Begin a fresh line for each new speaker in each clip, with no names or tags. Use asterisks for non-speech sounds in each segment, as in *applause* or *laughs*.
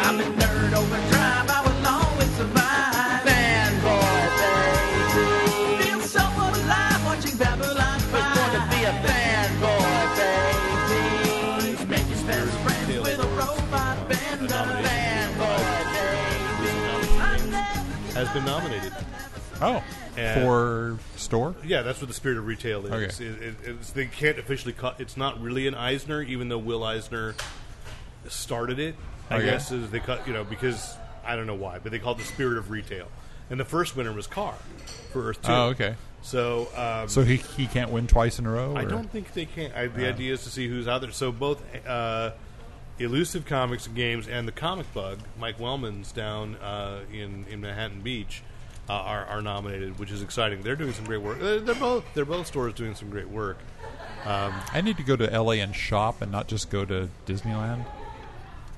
I'm a nerd overdrive. I will always survive. Fanboy, baby. Feel so alive watching Babylon 5. It's going to be a fanboy, baby. Make his best friends with a robot bender. Fanboy,
has been nominated.
Oh,
And-
for store.
Yeah, that's what the spirit of retail is.
Okay.
It- it- it's- they can't officially call it's not really an Eisner, even though Will Eisner started it. I
Okay.
guess is they cut you know because I don't know why, but they called it the spirit of retail. And the first winner was Carr for Earth Two.
Oh, okay.
So, um,
So he he can't win twice in a row.
I
or-
don't think they can. I, the idea is to see who's out there. So both uh, elusive comics and games and the comic bug, Mike Wellman's down uh, in in Manhattan Beach, uh, are, are nominated, which is exciting. They're doing some great work. They're, they're both they're both stores doing some great work.
I need to go to L.A. and shop and not just go to Disneyland.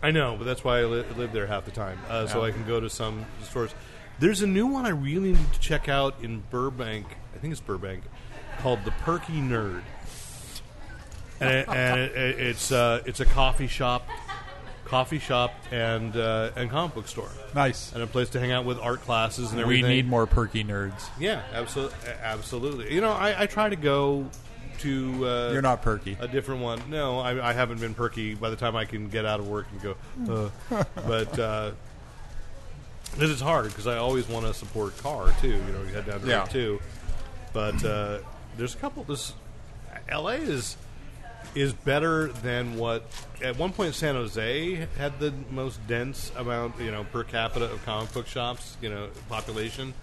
I know, but that's why I li- live there half the time, uh, so
Yeah.
I can go to some stores. There's a new one I really need to check out in Burbank. I think it's Burbank, called the Perky Nerd, and, it- and it- it- it's uh, it's a coffee shop, coffee shop and uh, and comic book store,
Nice.
and a place to hang out with art classes and
We
everything.
need more perky nerds.
Yeah, absolutely, absolutely. You know, I, I try to go to. Uh,
You're not perky.
a different one. No, I, I haven't been perky by the time I can get out of work and go. Uh, but uh, this is hard because I always want to support car too. You know, you head down to
Yeah.
yeah. too. But uh, there's a couple. This L.A. is is better than what at one point San Jose had the most dense amount you know per capita of comic book shops you know population,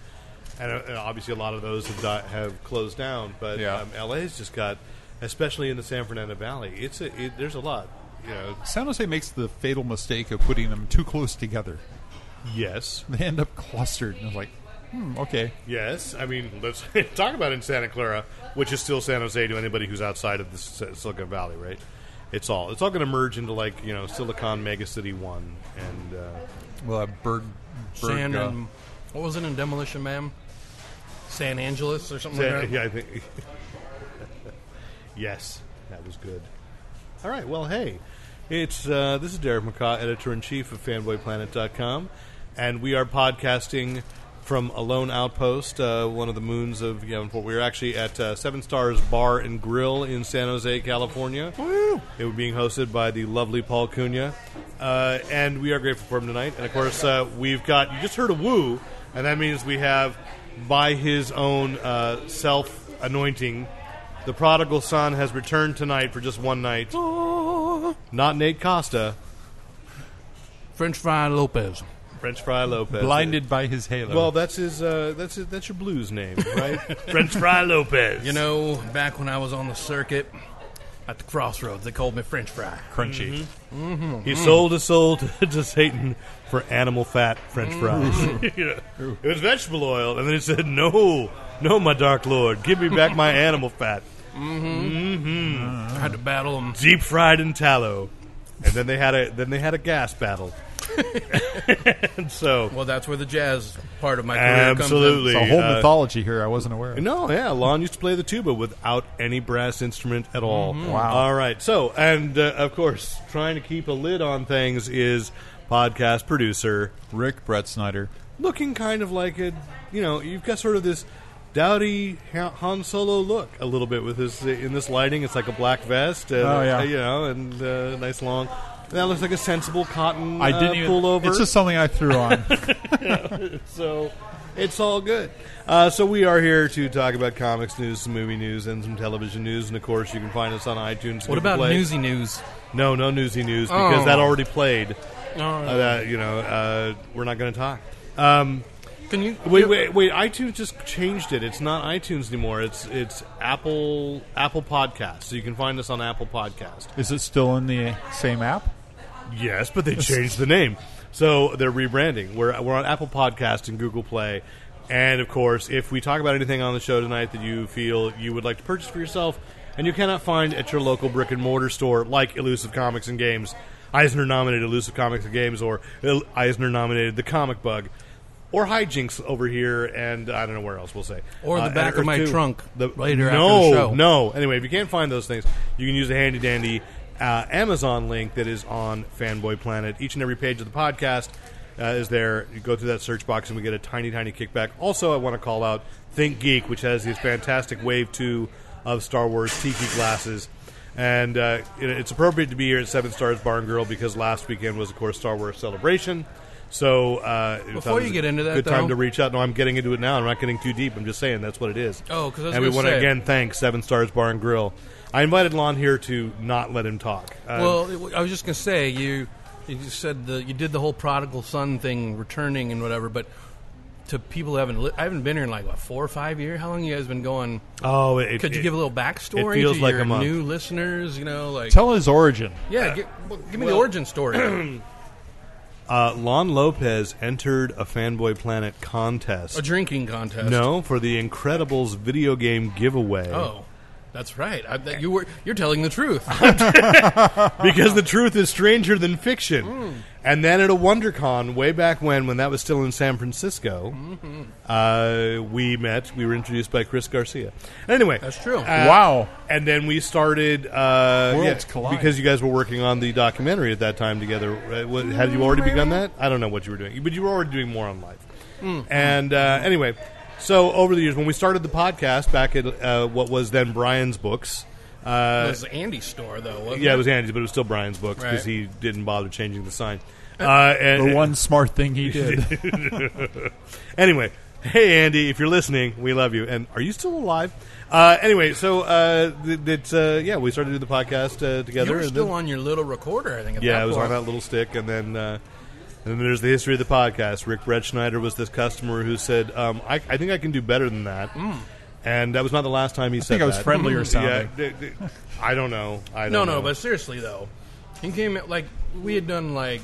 and uh, and obviously a lot of those have di- have closed down. But
Yeah.
um, L.A.'s just got, especially in the San Fernando Valley, it's a, it, there's a lot. You know,
San Jose makes the fatal mistake of putting them too close together. *laughs*
yes,
They end up clustered, and I'm like, hmm, okay.
Yes, I mean let's *laughs* talk about it in Santa Clara, which is still San Jose to anybody who's outside of the Si- Silicon Valley, right? It's all it's all going to merge into like you know Silicon Mega City One, and uh,
Well, uh, Berg, Berg
San
uh,
and what was it in Demolition Man? San Angeles or something
San-
like that.
yeah, I think *laughs* yes, that was good. All right, well, hey, it's uh, this is Derek McCaw, editor in chief of FanboyPlanet.com, and we are podcasting from a lone outpost, uh, one of the moons of Yavin Fort. We are actually at uh, Seven Stars Bar and Grill in San Jose, California.
Oh,
It was being hosted by the lovely Paul Cunha, uh, and we are grateful for him tonight. And of course, uh, we've got you just heard a woo, and that means we have by his own uh, self anointing. The prodigal son has returned tonight for just one night. Not Nate Costa,
French Fry Lopez.
French Fry Lopez.
blinded by his halo.
Well, that's his. Uh, that's his, that's your blues name, right? *laughs* French Fry Lopez.
You know, back when I was on the circuit at the crossroads, they called me French Fry.
crunchy.
he sold his soul to, *laughs* to Satan for animal fat French *laughs* fries. You know, it was vegetable oil, and then he said, "No, no, my dark lord, give me back my animal *laughs* fat,
I had to battle them.
deep fried in tallow." And then they had a then they had a gas battle. and so,
Well, that's where the jazz part of my career
absolutely,
It's a whole
uh,
mythology here I wasn't aware of.
No, yeah, Lon used to play the tuba without any brass instrument at all.
Wow.
All right. So, and uh, of course, trying to keep a lid on things is podcast producer
Rick Brett Snyder.
looking kind of like a, you know, you've got sort of this dowdy Ha- Han Solo look a little bit with his in this lighting. It's like a black vest, and,
Oh, yeah.
uh, you know, and uh, nice long. That looks like a sensible cotton
I didn't
uh,
even.
pullover.
It's just something I threw
*laughs*
on.
So it's all good. Uh, so we are here to talk about comics news, some movie news, and some television news. And of course, you can find us on iTunes.
What
Google
about
Play.
newsy news?
No, no newsy news because
Oh.
that already played. Uh,
Uh,
that, you know, uh, we're not going to talk. Um,
Can you
wait, wait, wait! iTunes just changed it. It's not iTunes anymore. It's it's Apple Apple Podcast. So you can find us on Apple Podcast. *laughs*
Is it still in the same app?
Yes, but they changed the name. So they're rebranding. We're, we're on Apple Podcast and Google Play. And of course, if we talk about anything on the show tonight that you feel you would like to purchase for yourself and you cannot find at your local brick and mortar store like Elusive Comics and Games, Eisner nominated Elusive Comics and Games, or El- Eisner nominated The Comic Bug, or Hijinks over here, and I don't know where else we'll say. Uh,
Or the
and
back of
Earth
my
2.
trunk later after
no,
the show.
No, Anyway, if you can't find those things, you can use the handy dandy uh, Amazon link that is on Fanboy Planet. Each and every page of the podcast uh, is there. You go through that search box, and we get a tiny, tiny kickback. Also, I want to call out Think Geek, which has these fantastic Wave Two of Star Wars Tiki glasses. And uh, it- it's appropriate to be here at Seven Stars Barn Girl because last weekend was, of course, Star Wars Celebration. So uh, we thought
Before
it was
you
a
get into that,
good time
though-
to reach out. No, I'm getting into it now. I'm not getting too deep. I'm just saying that's what it is.
Oh, 'cause I was
and we
gonna
want to
say-
again thank Seven Stars Bar and Grill. I invited Lon here to not let him talk. Um,
Well, it- I was just gonna say you. You just said the you did the whole prodigal son thing, returning and whatever. But to people who haven't, li- I haven't been here in like what four or five years. How long you guys been going?
oh, it,
Could you
it-
give a little backstory
feels
to
like
your
a month.
new listeners? You know, like
Tell his origin.
yeah, gi- well, give me the
*clears throat*
origin story.
Uh, Lon Lopez entered a Fanboy Planet contest.
a drinking contest.
no, for the Incredibles video game giveaway.
Oh, that's right. I, that you were you're telling
*laughs*
the truth.
because the truth is stranger than fiction. And then at a WonderCon way back when, when that was still in San Francisco, uh, we met. We were introduced by Chris Garcia. Anyway,
That's true.
uh,
Wow.
And then we started uh,
Worlds collide.
because you guys were working on the documentary at that time together. right? What- Had you already begun that? I don't know what you were doing, but you were already doing more on life. And uh, anyway, so over the years, when we started the podcast back at uh, what was then Brian's Books. Uh,
It was Andy's store though. Wasn't
yeah, it was Andy's, but it was still Brian's books because
Right.
he didn't bother changing the sign. Uh, and,
The one smart thing
*laughs*
he did.
Anyway, hey Andy, if you're listening, we love you. And are you still alive? Uh, anyway, so uh, th- that's uh, yeah, we started doing the podcast uh, together.
You were
and
still
then-
on your little recorder, I think. At
yeah,
that
it was on
point.
that little stick, and then. Uh, and then there's the history of the podcast. Rick Bretschneider was this customer who said, um, I, "I think I can do better than that,"
Mm.
and that was not the last time he said
think I was
that.
friendlier
Yeah,
sounding.
d- d- I don't know. I don't
No,
know.
no, but seriously though, he came in, like we had done like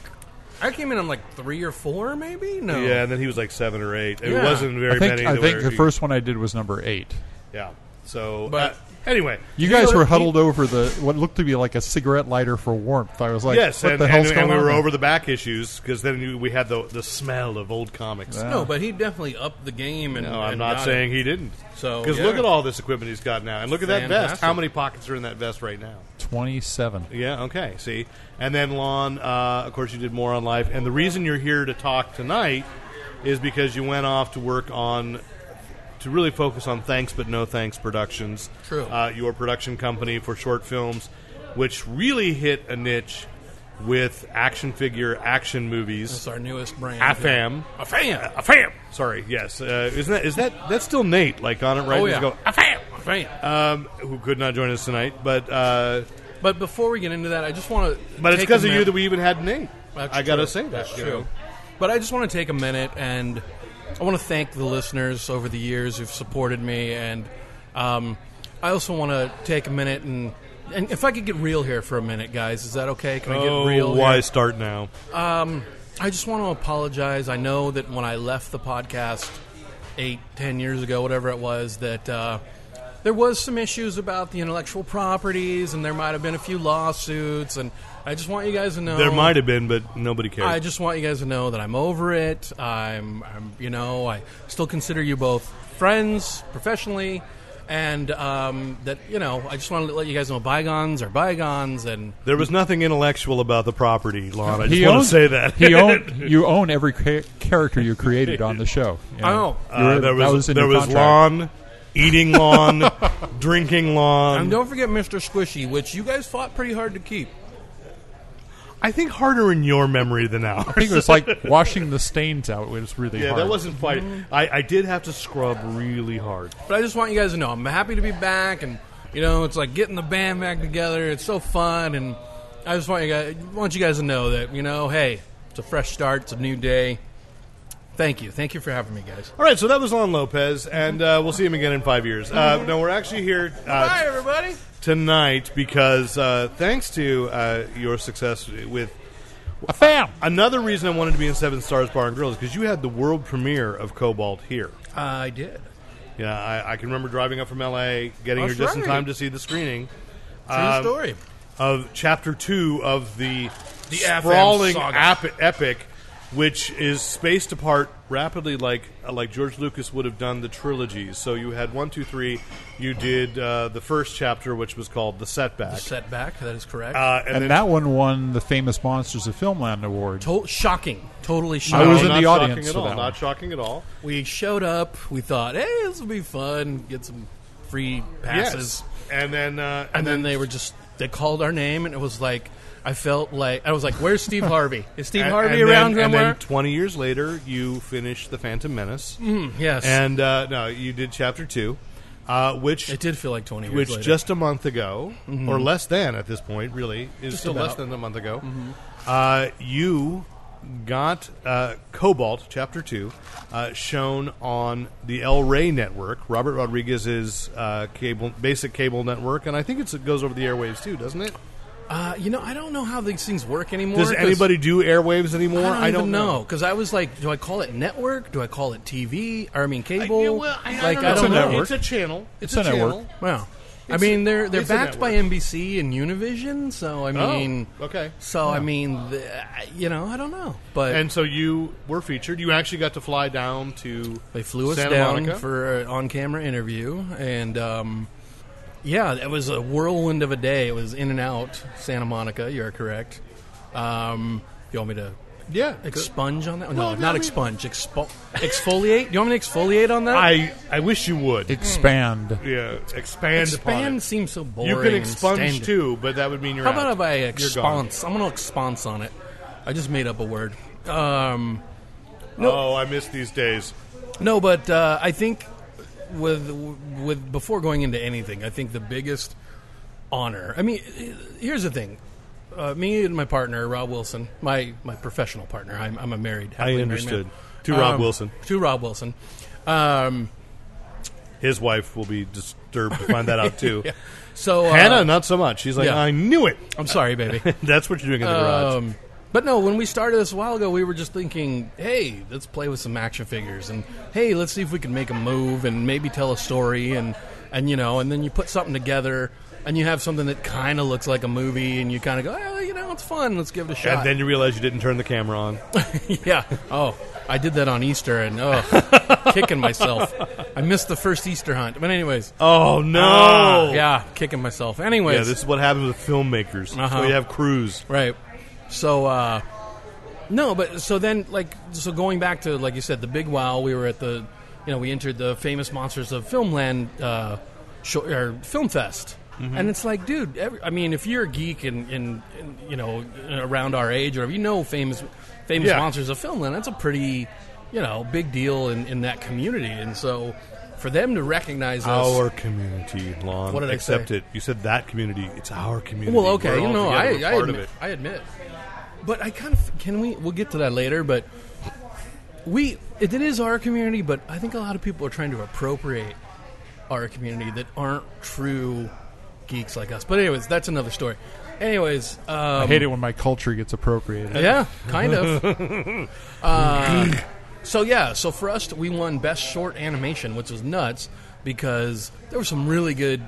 I came in on like three or four, maybe. No,
yeah, and then he was like seven or eight. It
Yeah.
wasn't very
I think,
many.
I
that
think
were-
the first one I did was number eight.
Yeah. So,
But-
uh, anyway,
You guys
know
were
what-
huddled over the what looked to be like a cigarette lighter for warmth. I was like,
yes,
what
and,
the
and,
hell's
and
going
we were
on?
over the back issues because then you, we had the the smell of old comics.
no, but he definitely upped the game. And
No, I'm
and
not
got
saying
it.
he didn't.
So,
because
yeah.
look at all this equipment he's got now, and look at that vest.
Fantastic.
How many pockets are in that vest right now?
Twenty-seven.
Yeah. Okay. See, and then Lon, uh, of course, you did more on life, and the reason you're here to talk tonight is because you went off to work on. To really focus on thanks but no thanks productions,
True.
Uh, your production company for short films, which really hit a niche with action figure action movies.
It's our newest brand.
AFAM,
A fan.
a fam. Sorry, yes. Uh, isn't that is that that's still Nate like on it right?
Oh
Just
yeah.
go,
A fan. A fan.
um, who could not join us tonight, but uh,
but before we get into that, I just want to.
but it's because of you that we even had Nate.
That's
I gotta
true.
say that.
That's
you
true.
know.
But I just want to take a minute and I want to thank the listeners over the years who've supported me, and um, I also want to take a minute and and if I could get real here for a minute, guys, is that okay? Can I get
Oh,
real?
why
here?
start now?
I just want to apologize. I know that when I left the podcast eight, ten years ago, whatever it was, that uh, there was some issues about the intellectual properties, and there might have been a few lawsuits, and I just want you guys to know
There might have been, but nobody cared.
I just want you guys to know that I'm over it. I'm, I'm you know, I still consider you both friends professionally, and um, that you know, I just want to let you guys know bygones are bygones, and
there was nothing intellectual about the property, Lon. I just
He
want
owned.
to say that
he owned. You own every ca- character you created on the show. you know.
*laughs*
Oh.
Uh,
You're-
there
that
was,
was in
there
your
was
contract.
lawn, eating lawn, drinking lawn.
and don't forget Mr. Squishy, which you guys fought pretty hard to keep.
I think harder in your memory than ours.
I
*laughs*
think it was like washing the stains out. It was really
yeah,
hard.
that wasn't fighting. I, I did have to scrub really hard.
But I just want you guys to know I'm happy to be back, and you know, it's like getting the band back together. It's so fun, and I just want you guys want you guys to know that you know, hey, it's a fresh start, it's a new day. Thank you, thank you for having me, guys.
All right, so that was Lon Lopez, and uh, we'll see him again in five years. Uh, no, we're actually here uh,
Hi, everybody.
tonight because uh, thanks to uh, your success with
I found.
Another reason I wanted to be in Seven Stars Bar and Grill is because you had the world premiere of Cobalt here.
I did.
Yeah, I, I can remember driving up from LA, getting
That's
here just in
right.
time to see the screening
True
Um,
story.
of Chapter Two of the,
The FM
sprawling
saga.
ap- epic, which is spaced apart rapidly, like uh, like George Lucas would have done the trilogies. So you had one, two, three. You did uh, the first chapter, which was called the setback,
Setback. That is correct.
uh, and,
And
then
that one won the famous Monsters of Filmland award.
To- shocking. Totally
I
shocking.
No,
was in
not
the
shocking
audience
at
for
all.
that
not
one.
shocking at all.
we showed up. We thought, hey, this will be fun. Get some free passes.
Yes. And then uh,
And then they were just they called our name, and it was like I felt like I was like, "Where's
*laughs*
Steve Harvey? Is Steve
and-
Harvey
and then-
around
and
somewhere?"
then 20 years later, you finished The Phantom Menace.
yes,
And uh, no, you did chapter 2, uh, which
it did feel like twenty years
which
later. Mm-hmm.
just a month ago or less than at this point really is still less
about. Mm-hmm.
than a month ago. Uh, you got uh, Cobalt chapter 2 uh, shown on the El Rey network, Robert Rodriguez's uh, cable basic cable network and I think it's, it goes over the airwaves too, doesn't it?
uh, you know, I don't know how these things work anymore.
Does
'cause
anybody do airwaves anymore?
I don't, even know because I was like, "Do I call it network? Do I call it TV? Or, I mean, cable?
Yeah, well, I,
like
I don't
It's a
know.
network.
It's a channel. It's,
It's a network.
channel.
Well, I
It's-
mean, they're they're
it's a Oh,
backed by NBC and Univision, so I mean,
okay.
So I mean, the, I- you know, I don't know, but
And so you were featured. You actually got to fly down to
they flew us
Santa
down
Monica.
for an on-camera interview, and um, yeah, it was a whirlwind of a day. It was in and out Santa Monica. You're correct. Um, you want me to
yeah.
expunge on that? No,
Well, no, I
not
mean-
expunge. Expo- exfoliate. You want me to exfoliate on that?
I I wish you would.
Expand.
yeah, expand.
expand
Upon
seems so
it.
boring.
You can
and
expunge
standard.
too, but that would mean you're
How
out.
about if I
You're gone.
expunge? I'm going to expunge on it. I just made up a word. Um,
Oh, I miss these days.
no, but uh, I think with with before going into anything, I think the biggest honor. I mean, here's the thing. Uh, me and my partner, Rob Wilson, my, my professional partner. I'm, I'm a married. happily married man.
understood. To Rob
Um,
Wilson.
To Rob Wilson. Um,
His wife will be disturbed to find that out
*laughs*
too.
so uh,
Hannah, not so much. She's like,
yeah.
I knew it.
I'm sorry, baby.
That's what you're doing in the garage.
Um, but no, when we started this a while ago, we were just thinking, hey, let's play with some action figures, and hey, let's see if we can make a move, and maybe tell a story, and and you know, and then you put something together, and you have something that kind of looks like a movie, and you kind of go, oh, you know, it's fun, let's give it a shot.
And then you realize you didn't turn the camera
*laughs*
on.
yeah, oh, I did that on Easter, and
*laughs*
oh, kicking myself. I missed the first Easter hunt, but anyways,
Oh no!
yeah, kicking myself. Anyways,
Yeah, this is what happens with filmmakers. That's
Uh-huh.
why you have crews.
Right. So uh no, but so then like so going back to like you said the big wow, we were at the you know, we entered the famous monsters of Filmland uh show, or Film Fest.
Mm-hmm.
And it's like, dude, every, I mean, if you're a geek and, and, and you know around our age or whatever, you know famous famous
Yeah.
monsters of Filmland, that's a pretty, you know, big deal in, in that community. And so for them to recognize us
Our community, Lon.
What did I
Accept
say?
it. You said that community. It's our community.
Well, okay,
We're
you
all
know, I,
together. We're
I,
part of
admit,
it.
I admit, but I kind of can we? We'll get to that later, but we it, it is our community, but I think a lot of people are trying to appropriate our community that aren't true geeks like us. But anyways, that's another story. Anyways,
I
um,
hate it when my culture gets appropriated.
yeah, kind of. uh,
*laughs*
so yeah, so for us, we won best short animation, which was nuts because there were some really good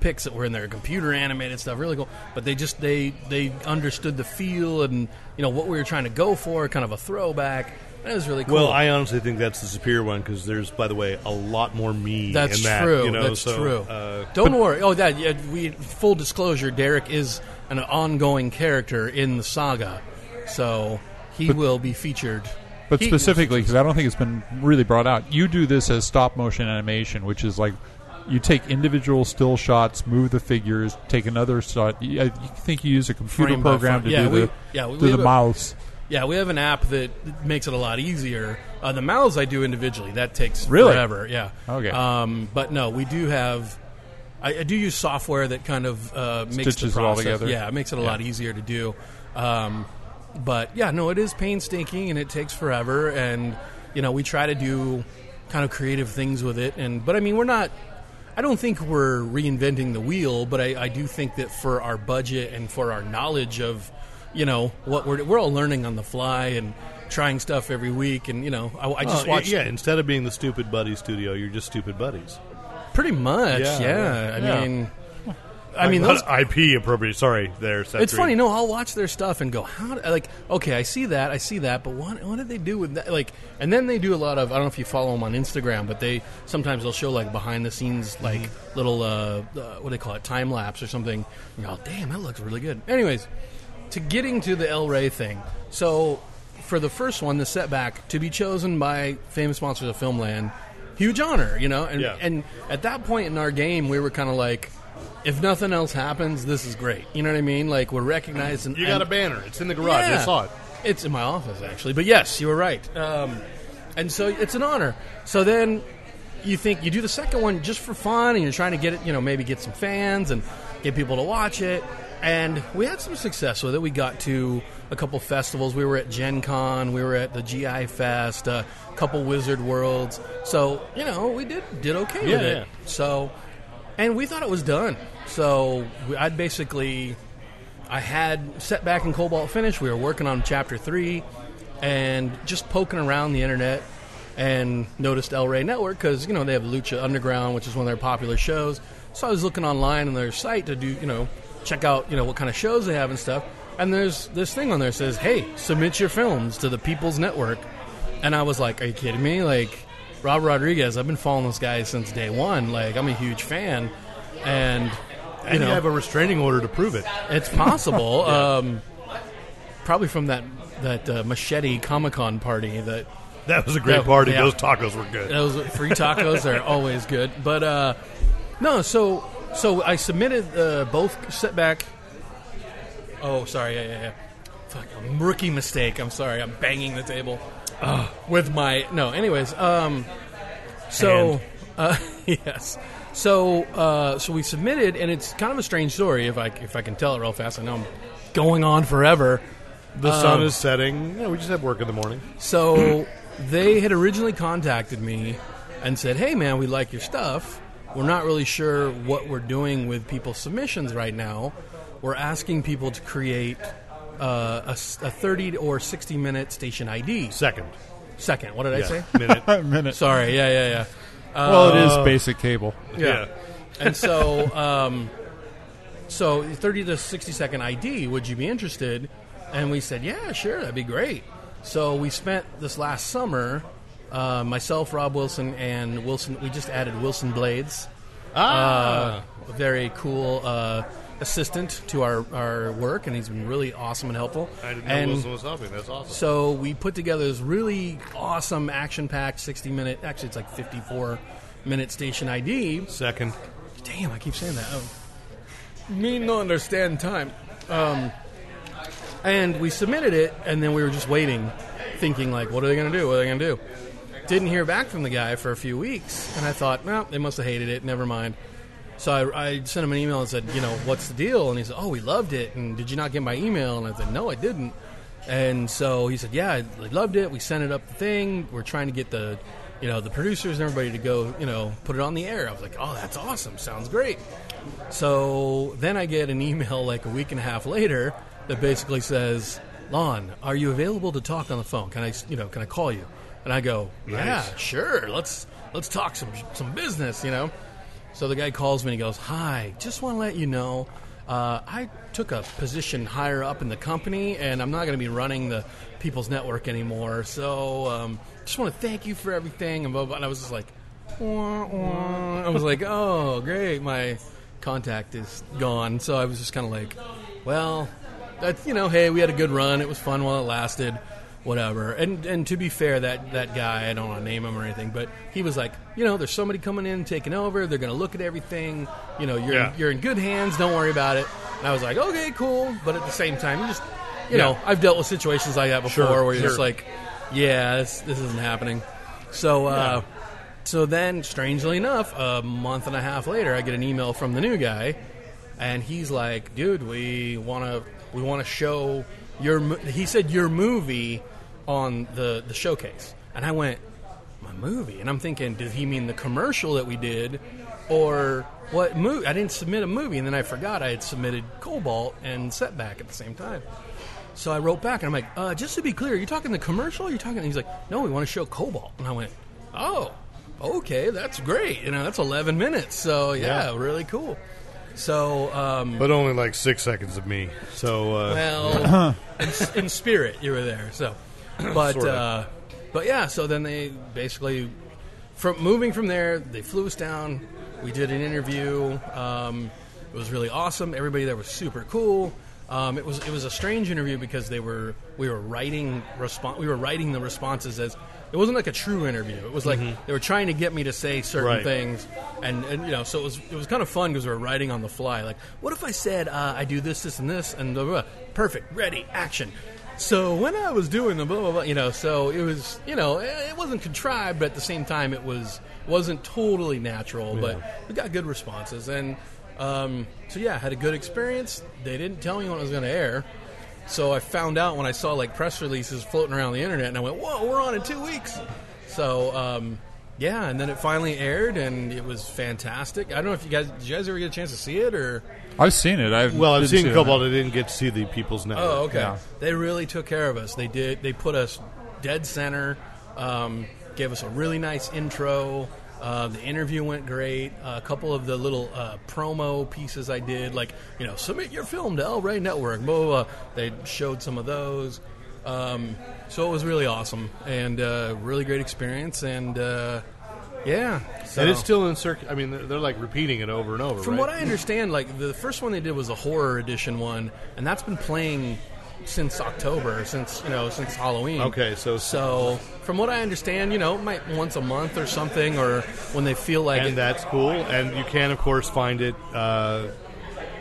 picks that were in there, computer animated stuff, really cool. But they just they they understood the feel and you know what we were trying to go for, kind of a throwback. That was really cool.
Well, I honestly think that's the superior one because there's, by the way, a lot more me.
That's
in that,
true.
You know,
That's
so,
true.
Uh,
Don't worry. Oh, that yeah, we full disclosure. Derek is an ongoing character in the saga, so he will be featured.
But
He-
specifically, because I don't think it's been really brought out, you do this as stop motion animation, which is like you take individual still shots, move the figures, take another shot. You, I you think you use a computer
Frame by
program to
frame. Yeah,
do
we-
the
yeah, we-
do
we
the
have a-
mouse.
Yeah, we have an app that makes it a lot easier. Uh, the mouths I do individually. That takes
Really?
forever. Yeah.
Okay.
Um, but no, we do have. I, I do use software that kind of uh, makes
Stitches
the
it all
process.
together.
Yeah, it makes it a lot easier to do. Um, but yeah, no, it is painstaking and it takes forever. And you know, we try to do kind of creative things with it. And but I mean, we're not. I don't think we're reinventing the wheel, but I, I do think that for our budget and for our knowledge of you know what we're we're all learning on the fly and trying stuff every week. And you know, I, I just
Well,
watched
yeah, instead of being the stupid buddy studio, you're just stupid buddies.
pretty much.
Yeah,
Yeah,
yeah.
I
Yeah.
mean, I mean,
Not
those,
IP uh, appropriate. Sorry, there.
it's
Sentry.
funny. No, I'll watch their stuff and go, how? d- Like, okay, I see that, I see that, but what? What did they do with that? Like, and then they do a lot of. I don't know if you follow them on Instagram, but they sometimes they'll show like behind the scenes, like little uh, uh, what do they call it, time lapse or something. You go, damn, that looks really good. Anyways, to getting to the El Rey thing. So, for the first one, the setback to be chosen by famous sponsors of Filmland, huge honor, you know. And
Yeah.
and at that point in our game, we were kind of like, if nothing else happens, this is great. You know what I mean? Like we're recognized. And,
You got a
and-
banner. It's in the garage. I
Yeah.
saw it.
It's in my office actually. But yes, you were right. Um, and so it's an honor. So then you think you do the second one just for fun, and you're trying to get it, you know, maybe get some fans and get people to watch it. And we had some success with it. We got to a couple festivals. We were at Gen Con, we were at the GI Fest, a couple Wizard Worlds. So you know, we did did okay
Yeah,
with it.
yeah.
So, and we thought it was done. So we, I'd basically, I had setback and cobalt finish. We were working on chapter three, and just poking around the internet, and noticed El Rey Network because you know they have Lucha Underground, which is one of their popular shows. So I was looking online on their site to do you know check out you know what kind of shows they have and stuff. And there's this thing on there that says, "Hey, submit your films to the People's Network." And I was like, "Are you kidding me?" Like, Rob Rodriguez, I've been following this guy since day one. Like, I'm a huge fan, and you
And you
know,
have a restraining order to prove it.
it's possible. um, probably from that that uh, machete Comic Con party. That
That was a great
Yeah,
party.
yeah.
Those tacos were good.
those free tacos are always good. But uh, no, so so I submitted uh, both setback. Oh, sorry, yeah, yeah, yeah. Fuck, a rookie mistake. I'm sorry. I'm banging the table Ugh, with my no. Anyways, um, so
Hand.
uh, *laughs* yes, so uh, so we submitted, and it's kind of a strange story. If I if I can tell it real fast, I know I'm going on forever.
The sun is setting. Yeah, we just had work in the morning.
So they had originally contacted me and said, "Hey, man, we like your stuff. We're not really sure what we're doing with people's submissions right now. We're asking people to create uh, a, s- a 30 or 60 minute station ID.
Second.
Second, what did I
Yeah.
say?
Minute. Uh,
A
*laughs*
minute.
Sorry, yeah, yeah, yeah.
*laughs* well, it is basic cable.
yeah.
And so, um, so thirty to sixty second ID. Would you be interested? And we said, yeah, sure, that'd be great. So we spent this last summer, uh, myself, Rob Wilson, and Wilson. We just added Wilson Blades,
Ah.
a very cool uh, assistant to our, our work, and he's been really awesome and helpful.
I didn't know
and
Wilson was helping. That's awesome.
so we put together this really awesome action-packed 60-minute, actually it's like 54-minute station ID.
Second.
Damn, I keep saying that. Oh. Me no understand time. Um, and we submitted it, and then we were just waiting, thinking like, what are they going to do? What are they going to do? Didn't hear back from the guy for a few weeks, and I thought, well, they must have hated it. Never mind. So I, I sent him an email and said, you know, what's the deal? And he said, oh, we loved it. And did you not get my email? And I said, no, I didn't. And so he said, yeah, I I loved it. We sent it up the thing. We're trying to get the, you know, the producers and everybody to go, you know, put it on the air. I was like, oh, that's awesome. Sounds great. So then I get an email like a week and a half later that basically says, Lon, are you available to talk on the phone? Can I, you know, can I call you? And I go, yeah, sure. Let's let's talk some some business, you know. So the guy calls me and he goes, Hi, just want to let you know uh, I took a position higher up in the company and I'm not going to be running the People's Network anymore. So um, just want to thank you for everything. And, blah, blah. and I was just like, wah, wah. I was like, Oh, great. My contact is gone. So I was just kind of like, Well, that's, you know, hey, we had a good run. It was fun while it lasted. Whatever, and and to be fair, that that guy I don't want to name him or anything, but he was like, you know, there's somebody coming in taking over. They're going to look at everything. You know, you're
Yeah.
you're in good hands. Don't worry about it. And I was like, okay, cool. But at the same time, you just, you know, I've dealt with situations like that before
Sure,
where you're just
sure.
like, yeah, this, this isn't happening. So, uh, so then, strangely enough, a month and a half later, I get an email from the new guy, and he's like, "Dude, we want to we want to show your." mo- He said your movie on the the showcase, and I went, "My movie," and I'm thinking, did he mean the commercial that we did, or what movie? I didn't submit a movie, and then I forgot I had submitted Cobalt and Setback at the same time. So I wrote back and I'm like, uh, just to be clear, are you talking the commercial? Or are you talking? And he's like, no, we want to show Cobalt. And I went, oh, okay, that's great. You know, that's 11 minutes. So yeah,
Yeah.
really cool. So um,
But only like six seconds of me. So uh, *clears throat*
well, in, in spirit, you were there. So, but
Sorta.
uh, but yeah. So then they basically, from moving from there, they flew us down. We did an interview. Um, it was really awesome. Everybody there was super cool. Um, it was it was a strange interview because they were we were writing respon we were writing the responses as it wasn't like a true interview. It was like they were trying to get me to say certain
Mm-hmm. Right.
things, and, and you know, so it was it was kind of fun because we were writing on the fly. Like, what if I said uh, I do this, this, and this, and blah, blah, blah. perfect, ready, action. So when I was doing the blah blah blah, you know, so it was you know eh, it wasn't contrived, but at the same time it was wasn't totally natural, but we got good responses, and um, so yeah, had a good experience. They didn't tell me when it was going to air. So I found out when I saw like press releases floating around the internet, and I went, "Whoa, we're on in two weeks!" So um, yeah, and then it finally aired, and it was fantastic. I don't know if you guys did you guys ever get a chance to see it or
I've seen it. I've
well, I've
didn't see
seen
it.
Cobalt. I didn't get to see the People's Network.
oh okay,
Yeah.
they really took care of us. They did. They put us dead center, um, gave us a really nice intro. Uh, the interview went great. a couple of the little uh, promo pieces I did, like you know, submit your film to El Rey Network. Blah, blah, blah. They showed some of those. Um, so it was really awesome and uh, really great experience. And uh, yeah, so.
And it's still in circuit. I mean, they're, they're like repeating it over and over.
From
right?
what I understand, like the first one they did was a horror edition one, and that's been playing since October, since you know, since Halloween.
Okay, so-
so from what I understand, you know, it might once a month or something, or when they feel like it.
and that's cool. And you can, of course, find it. Uh,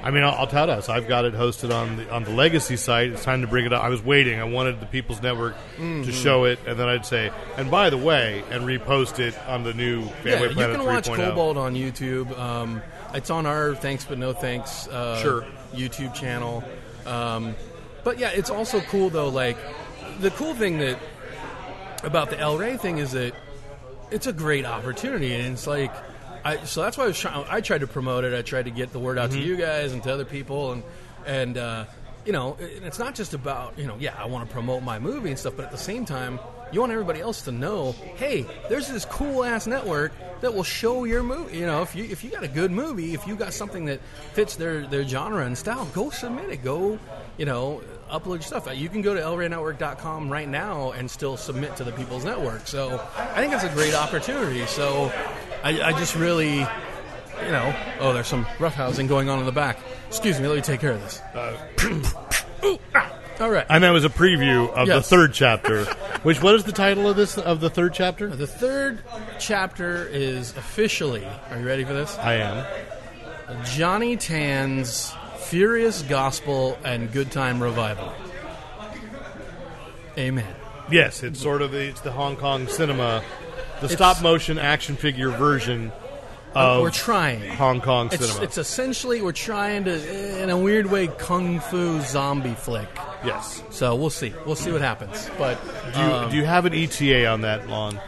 I mean, I'll, I'll tout us. I've got it hosted on the on the Legacy site. It's time to bring it up. I was waiting. I wanted the People's Network
Mm-hmm.
to show it, and then I'd say, and by the way, and repost it on the new
yeah,
Fanway
you
Planet oh.
can watch
3.0.
Cobalt on YouTube. Um, it's on our Thanks But No Thanks uh,
Sure.
YouTube channel. Um, but yeah, it's also cool though. Like the cool thing that about the El Rey thing is that it's a great opportunity, and it's like, I, so that's why I was trying. I tried to promote it. I tried to get the word out to you guys and to other people, and and uh, you know, and it's not just about you know, yeah, I want to promote my movie and stuff, but at the same time, you want everybody else to know, hey, there's this cool ass network that will show your movie. You know, if you if you got a good movie, if you got something that fits their their genre and style, go submit it. Go, you know. Upload your stuff. You can go to lraynetwork.com right now and still submit to the People's Network. So I think it's a great opportunity. So I, I just really, you know, oh, there's some roughhousing going on in the back. Excuse me, let me take care of this. *coughs* Ooh, ah, all right.
And that was a preview of the
Yes.
third chapter. Which what is the title of this of the third chapter?
the third chapter is officially. Are you ready for this?
I am.
Johnny Tan's Furious Gospel and Good Time Revival. Amen.
Yes, it's sort of it's the Hong Kong cinema, the stop motion action figure version of
We're trying.
Hong Kong
It's,
cinema.
it's essentially we're trying to, in a weird way, kung fu zombie flick.
yes.
So we'll see. We'll see what happens. But
Do you, do you have an ETA on that, Lon?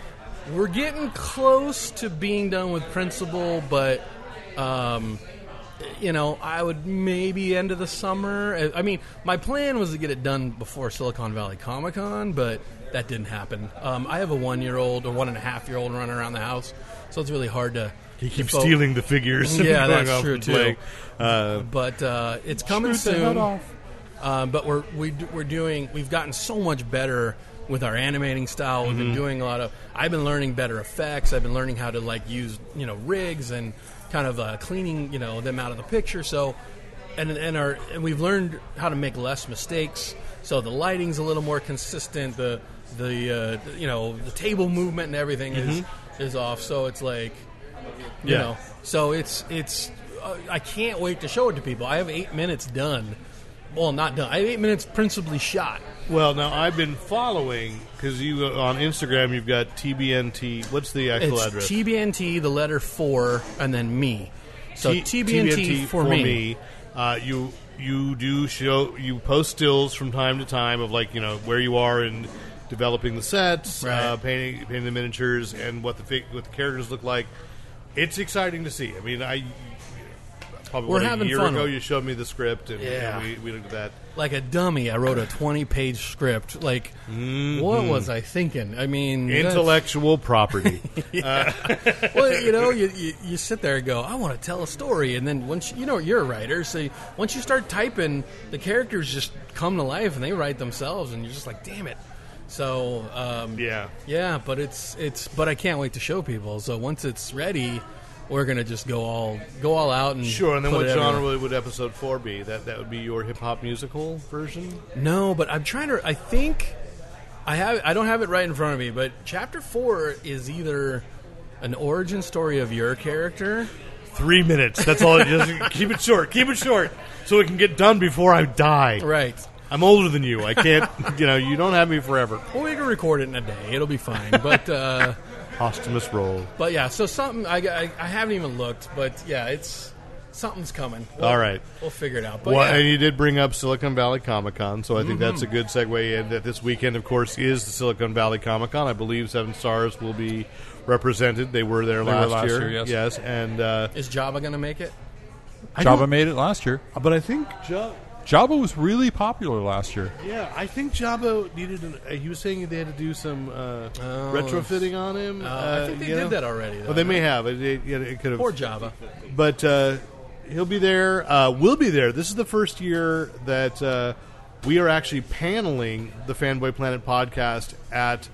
We're getting close to being done with principal, but um, you know, I would maybe end of the summer. I- I mean, my plan was to get it done before Silicon Valley Comic Con, but that didn't happen. Um, I have a one-year-old or one and a half-year-old running around the house, so it's really hard to.
He keeps
to fo-
stealing the figures.
Yeah,
*laughs* Going
that's
off
true,
and
too.
playing. Uh,
but uh, it's coming
Shoot the
soon.
head off.
Um, but we're we, d- we're doing we've gotten so much better with our animating style. We've been doing a lot of I've been learning better effects. I've been learning how to like use you know rigs and kind of uh, cleaning you know them out of the picture. So and and our and we've learned how to make less mistakes. So the lighting's a little more consistent. The the uh, you know the table movement and everything is is off. So it's like you
Yeah.
know so it's it's uh, i can't wait to show it to people i have eight minutes done well not done i have eight minutes principally shot
well, now I've been following because you uh, on Instagram you've got TBNT. What's the actual
it's
address?
tbnt the letter four and then me so
T-
tbnt, for, me,
Uh, you you do show you post stills from time to time of like you know where you are in developing the sets,
Right.
uh, painting painting the miniatures, and what the fi- what the characters look like. It's exciting to see. I mean, I Probably
We're
what,
having
a year
fun
ago,
with it.
you showed me the script, and,
Yeah.
and we, we looked at that.
like a dummy. I wrote a twenty-page script. Like,
Mm-hmm.
what was I thinking? I mean, that's-
Intellectual property.
well, you know, you, you, you sit there and go, I want to tell a story, and then once you know you're a writer, so you- once you start typing, the characters just come to life and they write themselves, and you're just like, damn it. So um,
*laughs* yeah.
yeah, but it's it's but I can't wait to show people. So once it's ready, we're gonna just go all go all out and
Sure, and then
put
what
it
genre
everywhere.
would, would episode four be? That that would be your hip hop musical version.
No, but I'm trying to. I think I have. I don't have it right in front of me, but chapter four is either an origin story of your character.
Three minutes. That's all. it is. Keep it short. Keep it short, so it can get done before I die.
Right.
I'm older than you. I can't. *laughs* you know, you don't have me forever.
Well, we can record it in a day. It'll be fine. But
*laughs*
uh,
Posthumous role.
but yeah, so something I, I I haven't even looked, but yeah, it's something's coming. We'll-
All right.
we'll figure it out. But
Well,
Oh, yeah.
and you did bring up Silicon Valley Comic Con, so I think that's a good segue. in that this weekend, of course, is the Silicon Valley Comic Con. I believe Seven Stars will be represented. They were there
were
last,
last year, yes.
and uh,
is Java gonna make it?
I
Java
don't-
made it last year.
but I think Java.
Java was really popular last year.
Yeah, I think Jabba needed. An, uh, he was saying they had to do some uh, retrofitting on him.
Uh, Oh. I think they
you
did
know?
that already. Though.
Well, they may have. It, it, it could have.
Poor Java.
But uh, he'll be there. Uh, we'll be there. This is the first year that uh, we are actually paneling the Fanboy Planet podcast at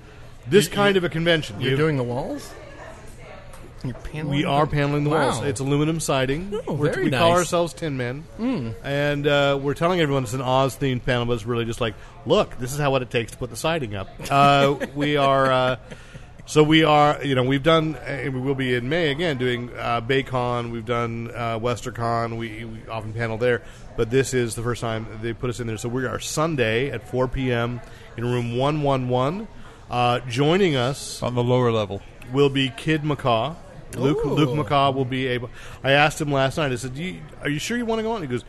this kind of a convention.
You're
We've-
doing the walls. You're paneling.
we are paneling the
Wow.
walls. It's aluminum siding.
Oh,
We're-
very
we call
nice. Hmm.
ourselves Tin Men, and uh, we're telling everyone it's an Oz themed panel, but it's really just like, look, this is how what it takes to put the siding up.
*laughs*
Uh, we are. Uh, so we are, you know, we've done, and we will be in May again doing uh, BayCon. We've done uh, WesterCon. We, we often panel there, but this is the first time they put us in there. So we are Sunday at 4 p.m. in room 111. Uh, joining us
On the lower level.
will be Kid McCaw. Luke
Ooh.
Luke McCaw will be able. I asked him last night. I said, Do you, "Are you sure you want to go on?" He goes,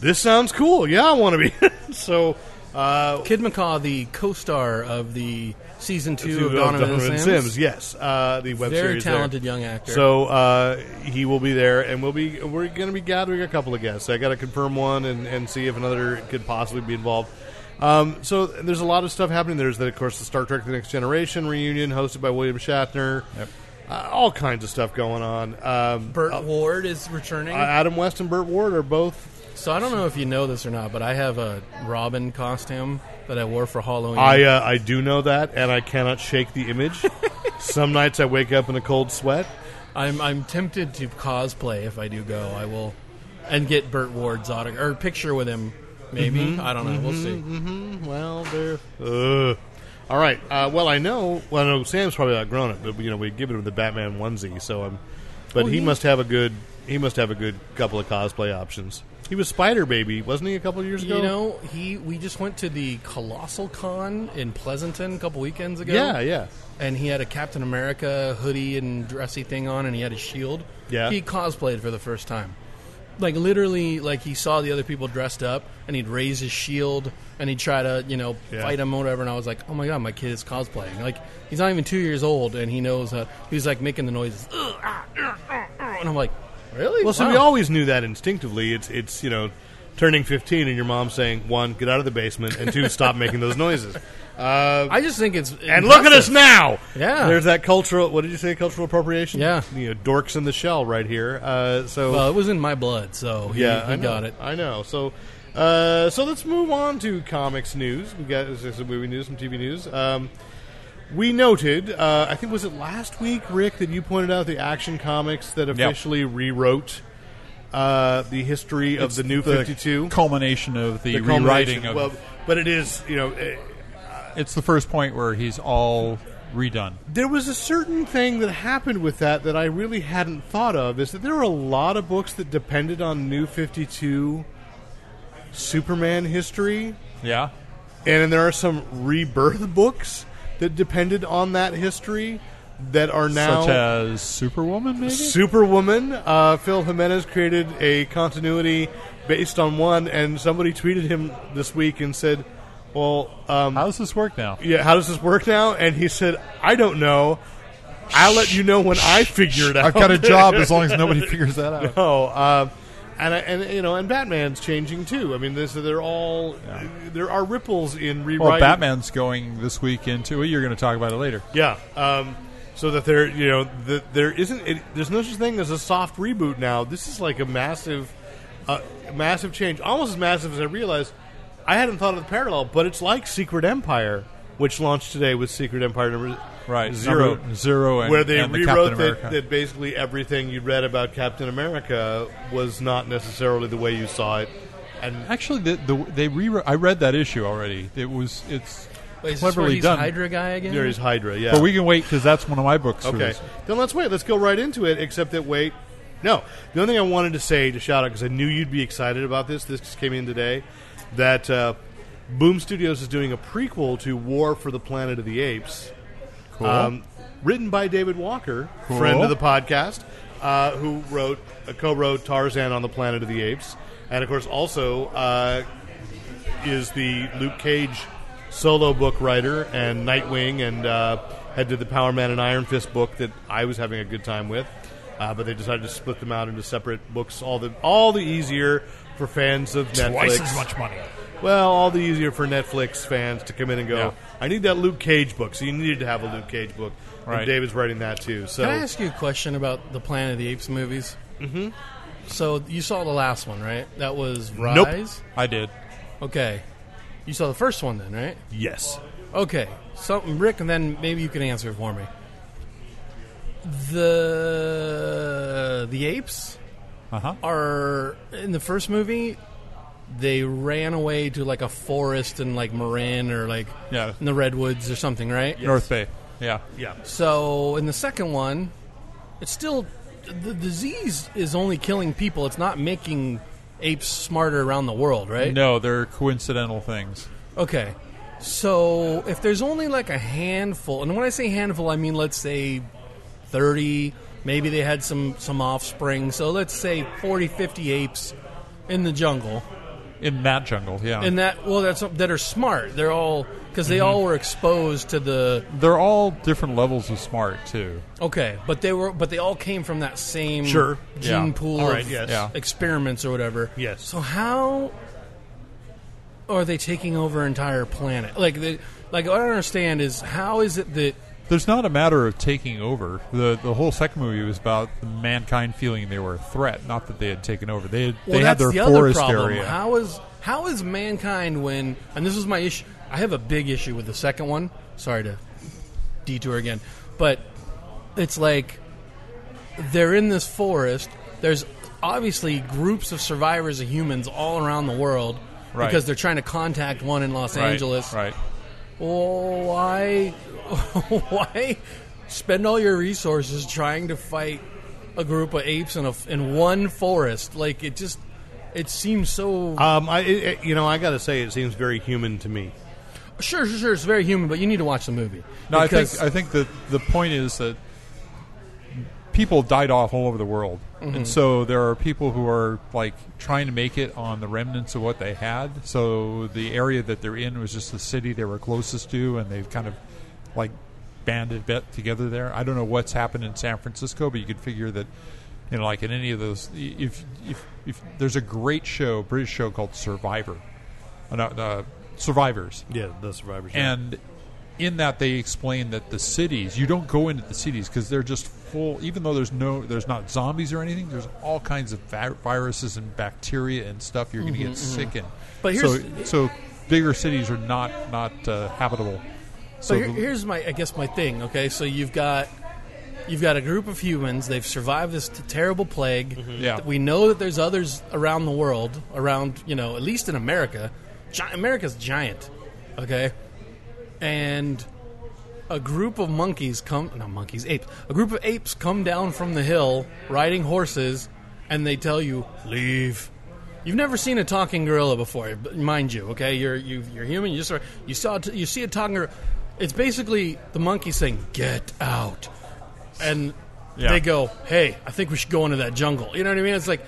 "This sounds cool. Yeah, I want to be." *laughs* so, uh,
Kid McCaw, the co-star of the season two of Donovan,
Donovan
and
Sims.
Sims.
yes, uh, the web
Very
series. there.
talented young actor.
So uh, he will be there, and we'll be we're going to be gathering a couple of guests. I got to confirm one and, and see if another could possibly be involved. Um, so there's a lot of stuff happening. There's the, of course the Star Trek: The Next Generation reunion hosted by William Shatner.
Yep.
Uh, all kinds of stuff going on. Um,
Burt
uh,
Ward is returning.
Adam West and Burt Ward are both.
So I don't know if you know this or not, but I have a Robin costume that I wore for Halloween.
I uh, I do know that, and I cannot shake the *laughs* image. Some nights I wake up in a cold sweat.
I'm I'm tempted to cosplay if I do go. I will, and get Burt Ward's autograph or picture with him. Maybe
Mm-hmm.
I don't know. We'll see.
Well, they're. Uh, all right. Uh, well, I know. Well, no, Sam's probably outgrown it, but you know we've given him the Batman onesie, so I'm. But
Oh,
he
yeah.
must have a good. He must have a good couple of cosplay options. He was Spider Baby, wasn't he? A couple of years ago.
You know, he we just went to the Colossal Con in Pleasanton a couple weekends ago.
Yeah, yeah.
and he had a Captain America hoodie and dressy thing on, and he had a shield.
Yeah.
he cosplayed for the first time. Like literally, like he saw the other people dressed up, and he'd raise his shield and he'd try to, you know,
Yeah.
fight him or whatever. And I was like, oh my god, my kid is cosplaying. Like he's not even two years old, and he knows that he's like making the noises. "Ugh, ah, ugh, ah, ah," And I'm like, really?
Well, so
Wow.
we always knew that instinctively. It's it's you know, turning 15 and your mom saying one, get out of the basement, and two, stop making those *laughs* noises. Uh,
I just think it's
and look at us
impressive.
now.
Yeah.
there's that cultural. What did you say? Cultural appropriation.
Yeah.
you know, dorks in the shell right here. Uh, so
Well, it was in my blood, so he,
yeah,
he
I know.
got it.
I know. So, uh, so let's move on to comics news. We got there's some movie news, some TV news. Um, we noted, uh, I think was it last week, Rick, that you pointed out the Action Comics that officially rewrote uh, the history of the New Fifty Two.
Culmination of the, rewriting of
well, but it is you know. eh,
it's the first point where he's all redone.
there was a certain thing that happened with that that I really hadn't thought of is that there were a lot of books that depended on New 52 Superman history,
Yeah.
and there are some rebirth books that depended on that history that are now.
Such as Superwoman, maybe?
Superwoman. Uh, Phil Jimenez created a continuity based on one, and somebody tweeted him this week and said, Well, um,
How does this work now?
yeah, how does this work now? And he said, I don't know. I'll let you know when I figure it out.
I've got a job as long as nobody figures that out.
*laughs* Oh, uh, and I, and you know, and Batman's changing too. I mean, this they're all there are ripples in rewriting.
*laughs* Well, Batman's going this week into. Well, you're going to talk about it later.
Yeah. Um, so that there, you know, that there isn't. It, there's no such thing as a soft reboot now. This is like a massive, uh, massive change, almost as massive as I realized. I hadn't thought of the parallel, but it's like Secret Empire, which launched today with Secret Empire number
Right,
zero,
number zero and-
where they
and the Captain
rewrote that,
America.
that basically everything you read about Captain America was not necessarily the way you saw it, and
Actually, the, the they rewrote. I read that issue already. It was it's
Wait, is this where
cleverly
he's
done.
Hydra guy again?
there is Hydra. Yeah,
But we can wait because that's one of my books. for
Okay,
this.
then let's wait. Let's go right into it. Except that wait, no. The only thing I wanted to say to shout out because I knew you'd be excited about this. This just came in today. That uh, Boom Studios is doing a prequel to War for the Planet of the Apes,
Cool.
um, written by David Walker,
Cool.
friend of the podcast, uh, who wrote uh, co-wrote Tarzan on the Planet of the Apes, and of course also uh, is the Luke Cage solo book writer and Nightwing, and uh, had did the Power Man and Iron Fist book that I was having a good time with. Uh, but they decided to split them out into separate books. All the all the easier for fans of Netflix.
Twice as much money.
Well, all the easier for Netflix fans to come in and go.
Yeah.
I need that Luke Cage book. So you needed to have a Luke Cage book.
Right.
And David's writing that too. So
Can I ask you a question about the Planet of the Apes movies? Mm-hmm. So you saw the last one, right? That was
Nope.
Rise.
I did.
Okay, you saw the first one then, right?
yes,
Okay, something, Rick, and then maybe you can answer it for me. The the apes
Uh huh.
are in the first movie. They ran away to like a forest in like Marin or like
Yeah.
in the redwoods or something, right?
North Bay. Yeah.
yeah,
So in the second one, it's still the disease is only killing people. It's not making apes smarter around the world, right?
No, they're coincidental things.
Okay. So if there's only like a handful, and when I say handful, I mean let's say 30, maybe they had some some offspring. So let's say 40, 50 apes in the jungle.
In that jungle, yeah.
And that well that's that are smart. They're all cuz they all were exposed to the
they're all different levels of smart too.
okay, but they were but they all came from that same
Sure.
gene
Yeah.
pool
All right,
of
yes.
Yeah.
experiments or whatever.
Yes.
So how are they taking over entire planet? Like the like what I don't understand is how is it that
There's not a matter of taking over. the The whole second movie was about mankind feeling they were a threat, not that they had taken over. They had,
well,
they had
that's
their
the
forest
other problem.
area.
How is how is mankind when and this is my issue. I have a big issue with the second one. Sorry to detour again, but it's like they're in this forest. There's obviously groups of survivors of humans all around the world
Right.
because they're trying to contact one in Los
right,
Angeles.
right?
Well, Oh, why, *laughs* why spend all your resources trying to fight a group of apes in a in one forest? Like it just, it seems so.
Uh,
um, I it, it- you know I got to say it seems very human to me.
sure, sure, sure. It's very human, but you need to watch the movie.
No, I think
Because-
I think that the point is that people died off all over the world, and so there are people who are like trying to make it on the remnants of what they had. So the area that they're in was just the city they were closest to, and they've kind of like banded bet together there. I don't know what's happened in San Francisco, but you could figure that you know, like in any of those, if if if there's a great show, British show called Survivor, uh, no, uh, Survivors,
Yeah, the survivors.
and in that they explain that the cities you don't go into the cities because they're just full even though there's no there's not zombies or anything there's all kinds of vi- viruses and bacteria and stuff you're going to
Mm-hmm,
get sick in
But
so,
here's-
so bigger cities are not not uh, habitable so
So here,
the-
here's my, I guess my thing. Okay, so you've got you've got a group of humans. They've survived this t- terrible plague.
Yeah.
we know that there's others around the world, around you know, at least in America. Gi- America's giant. Okay, and a group of monkeys come, not monkeys, apes. A group of apes come down from the hill riding horses, and they tell you leave. You've never seen a talking gorilla before, b- mind you. Okay, you're you, you're human. You just are, you saw t- you see a talking gorilla. It's basically the monkey saying "get out," and
Yeah.
they go, "Hey, I think we should go into that jungle." You know what I mean? It's like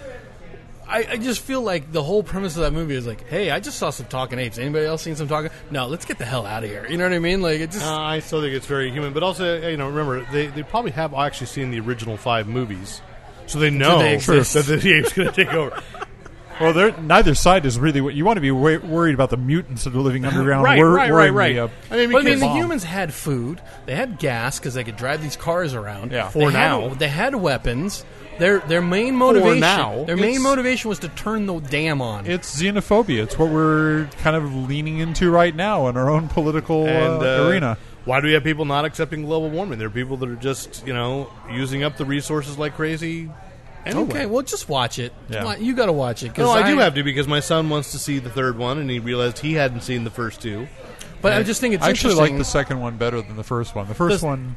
I, I just feel like the whole premise of that movie is like, "Hey, I just saw some talking apes. Anybody else seen some talking? No, let's get the hell out of here." You know what I mean? Like it just
Uh, I still think it's very human, but also you know, remember they, they probably have actually seen the original five movies, so they know
they exist.
that the apes going to take over.
Well, they're, neither side is really what you want to be wa- worried about the mutants that are *laughs* living underground.
Right,
wor-
right, right,
worrying
right.
the, uh,
I mean, we
Well, I mean,
can't-
the
bomb.
humans had food. They had gas because they could drive these cars around.
Yeah.
They
For
had-
now.
they had weapons. Their their main motivation.
now.
their main
It's-
motivation was to turn the dam
*laughs*
on.
it's xenophobia. It's what we're kind of leaning into right now in our own political
and
uh,
uh,
arena.
Why do we have people not accepting global warming? There are people that are just you know using up the resources like crazy. Anyway.
okay, well, just watch it.
Yeah.
Wa- You got to watch it. 'cause
No, I, do have to because my son wants to see the third one, and he realized he hadn't seen the first two.
But I just think it's
I actually like the
interesting.
second one better than the first one. The first
The-
one,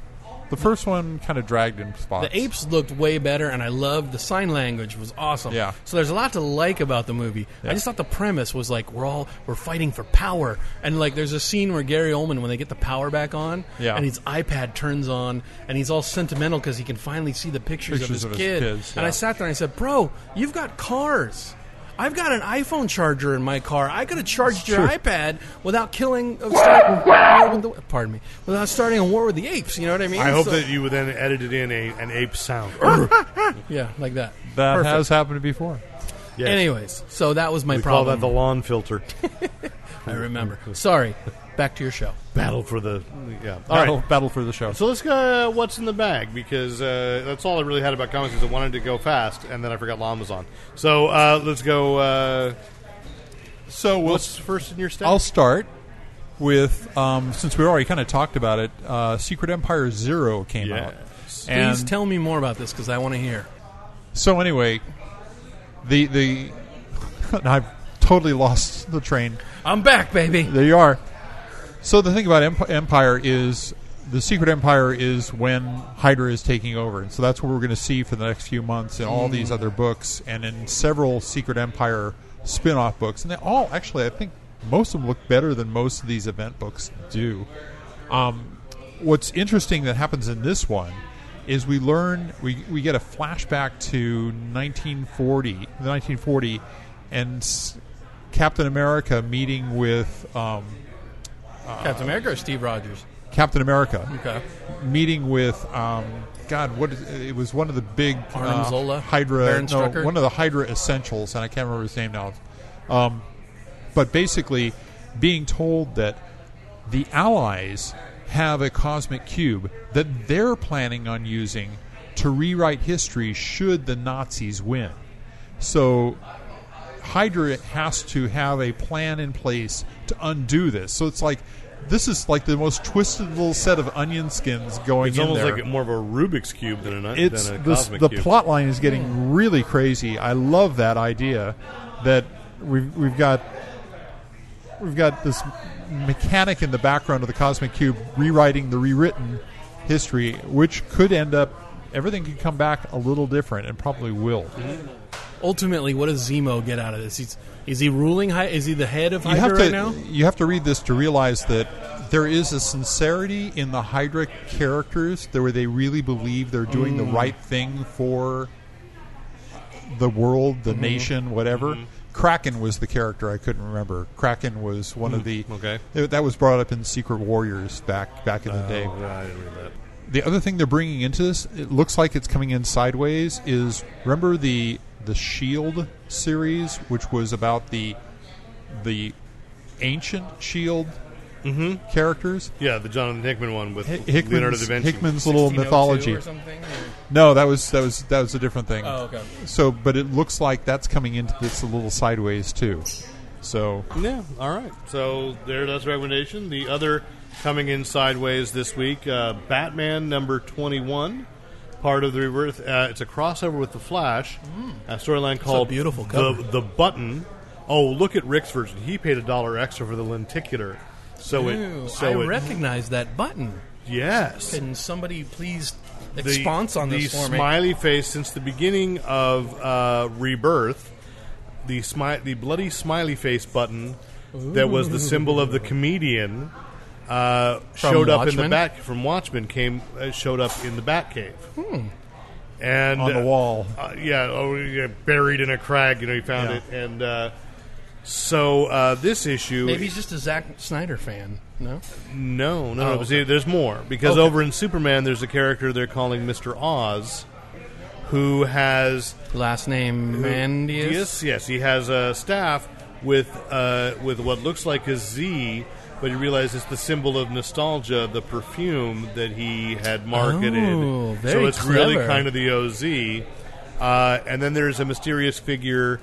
the first one kind of dragged in spots.
The apes looked way better, and I loved the sign language was awesome.
Yeah.
So there's a lot to like about the movie. I just thought the premise was like we're all we're fighting for power, and like there's a scene where Gary Oldman when they get the power back on,
Yeah.
and his iPad turns on, and he's all sentimental because he can finally see the pictures,
Pictures
of
of
his
his
kid.
kids,
And I
yeah.
sat there and I said, "Bro, you've got cars." I've got an iPhone charger in my car. I could have charged your iPad without killing, of starting a war with the, pardon me, without starting a war with the apes. You know what I mean?
I hope
So-
that you then edited in a an ape sound.
yeah, like that.
that
Perfect.
has happened before.
Yes.
Anyways, so that was my
we call
problem.
that the lawn filter.
I remember. Sorry. Back to
*laughs*
your show.
battle for the yeah. All right.
Battle, battle for the show.
So let's go. Uh, what's in the bag? Because uh, that's all I really had about comics. Is I wanted to go fast, and then I forgot Llama's on. So uh, let's go. Uh,
So we'll
what's first in your stack?
I'll start with um, since we already kind of talked about it. Uh, Secret Empire Zero came
Yes.
out.
Please
And-
tell me more about this because I want to hear.
So anyway, the the *laughs* and I've totally lost the train.
I'm back, baby.
There you are. So the thing about Emp- Empire is the Secret Empire is when Hydra is taking over, and so that's what we're going to see for the next few months in all these other books and in several Secret Empire spin-off books, and they all actually I think most of them look better than most of these event books do. Um, what's interesting that happens in this one is we learn we, we get a flashback to 1940 the 1940 and s- captain america meeting with um,
Captain America or Steve Rogers?
captain america
Okay.
meeting with um, god what is, it was one of the big
Arnim
uh,
Zola?
hydra
Baron
no,
Strucker?
one of the hydra essentials and i can't remember his name now um, but basically being told that the Allies have a cosmic cube that they're planning on using to rewrite history should the Nazis win. So Hydra has to have a plan in place to undo this. So it's like this is like the most twisted little set of onion skins going
it's
in
almost
there
like more of a Rubik's cube than a
it's
than a
this-
cosmic
the
cube.
plot line is getting really crazy. I love that idea that we've we've got we've got this mechanic in the background of the cosmic cube rewriting the rewritten history, which could end up everything could come back a little different and probably will.
Ultimately, what does Zemo get out of this? He's, is he ruling? Hy- Is he the head of Hydra
you have
right
to
now?
you have to read this to realize that there is a sincerity in the Hydra characters there where they really believe they're doing
Mm.
the right thing for the world,
Mm-hmm.
the nation, whatever. Kraken was the character I couldn't remember. Kraken was
Mm,
one of the
okay.
th- that was brought up in Secret Warriors back back in the day.
Oh, I didn't read that.
The other thing they're bringing into this, it looks like it's coming in sideways. Is remember the the Shield E series, which was about the the ancient Shield E characters.
Yeah, the Jonathan Hickman one with
Mm-hmm. Hi-
Leonardo da
Hickman's,
Vinci.
Hickman's little
1602
mythology.
or something?
No, that was that was that was a different thing.
Oh, okay.
So, but it looks like that's coming into this a little sideways too. So
Yeah, all right. So there, that's a recommendation. The other coming in sideways this week, uh, Batman number twenty-one, part of the rebirth. Uh, it's a crossover with the Flash, a storyline called
Mm. beautiful
the,
cover.
the Button. Oh, look at Rick's version. He paid a dollar extra for the lenticular. So
Ooh,
it, so
I
it,
recognize that button.
yes,
Can somebody please
the-
expound on this
the
for me?
smiley face since the beginning of uh, Rebirth. The smi- the bloody smiley face button that was the symbol of the comedian uh, showed up in
Watchmen?
the back from Watchmen came uh, showed up in the Batcave. Hmm. And
on the
uh,
wall,
uh, yeah, oh, yeah, buried in a crag. You know, he found
Yeah.
it, and uh, so uh, this issue.
Maybe he's just a Zack Snyder fan. No?
No, no,
Oh,
no. See, there's more because
Okay.
over in Superman, there's a character they're calling Mister Oz, who has
Last
Yes,
name Mandius.
yes, he has a staff with uh, with what looks like a Z, but you realize it's the symbol of nostalgia, the perfume that he had marketed.
Oh, very
so it's really
clever.
kind of the OZ. Uh, and then there's a mysterious figure.